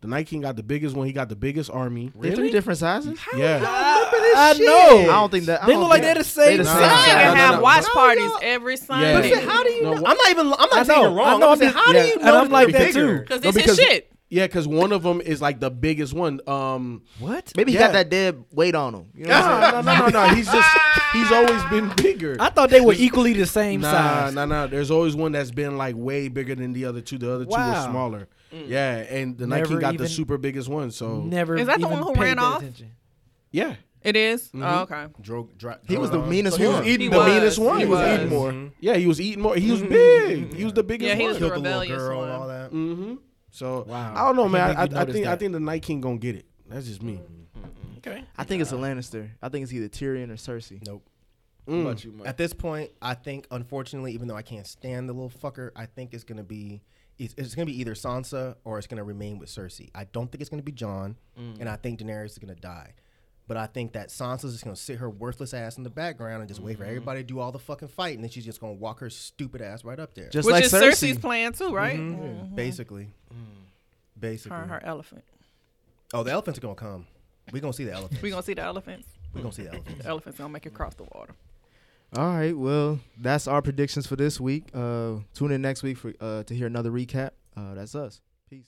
The Night King got the biggest one. He got the biggest army.
They're three different sizes.
Yeah,
I know.
I don't think that. I
They
don't
look like
think-
they're the same
they
size.
They
no,
can
no,
have
no.
watch
No,
parties
y'all-
every
But
Sunday.
shit,
how do you?
No,
know?
wha-
I'm not even. I'm not saying
know,
you're wrong.
I
I'm
know,
just
I'm
saying,
just-
how do
yeah,
you
and
know?
I'm
they're
like that
bigger?
too.
Because
No,
it's his shit.
yeah, because one of them is like the biggest one. Um,
What?
Maybe he
Yeah.
got that dead weight on him. You know what I'm saying?
no, no, no, no, no. He's just he's always been bigger.
I thought they were equally the same
nah,
size.
Nah, nah, There's always one that's been like way bigger than the other two. The other two were
Wow. Mm.
smaller. Yeah, and the Night
Never
King got the
even-
super biggest one. So
Never.
Is that the
even
one who
paid
ran off?
Attention.
yeah,
It is? Oh, okay.
Drog, dra-
He was the
drug-
meanest
Uh, He was
one.
eating
He
the
was.
meanest one.
He
He was,
was.
eating more.
mm-hmm.
Yeah, he was eating more. He was big. He was the biggest
Yeah, he
one.
was
killed the little
rebellious
girl and
one.
all that.
hmm So
Wow.
I don't know,
I
man.
can't
I, I,
believe you noticed
I think I
that. Mm-hmm.
think the Night King gonna get it. That's just me.
Okay.
I think it's a Lannister. I think it's either Tyrion or Cersei.
Nope.
Mm.
What about you, Mike?
At this point, I think unfortunately, even though I can't stand the little fucker, I think it's gonna be it's, it's gonna be either Sansa or it's gonna remain with Cersei. I don't think it's gonna be John, and I think Daenerys is gonna die. But I think that Sansa's just gonna sit her worthless ass in the background and just wait for everybody to do all the fucking fight, and then she's just gonna walk her stupid ass right up there.
Just
Which
like
is
Cersei.
Cersei's plan too, right?
Mm-hmm.
Mhm.
basically, basically.
Her and her elephant.
Oh, the elephants are gonna come. We gonna see the elephants.
We gonna see the elephants.
We gonna see the elephants.
The elephants gonna make it cross the water.
All right, well, that's our predictions for this week. Uh, tune in next week for uh, to hear another recap. Uh, that's us. Peace.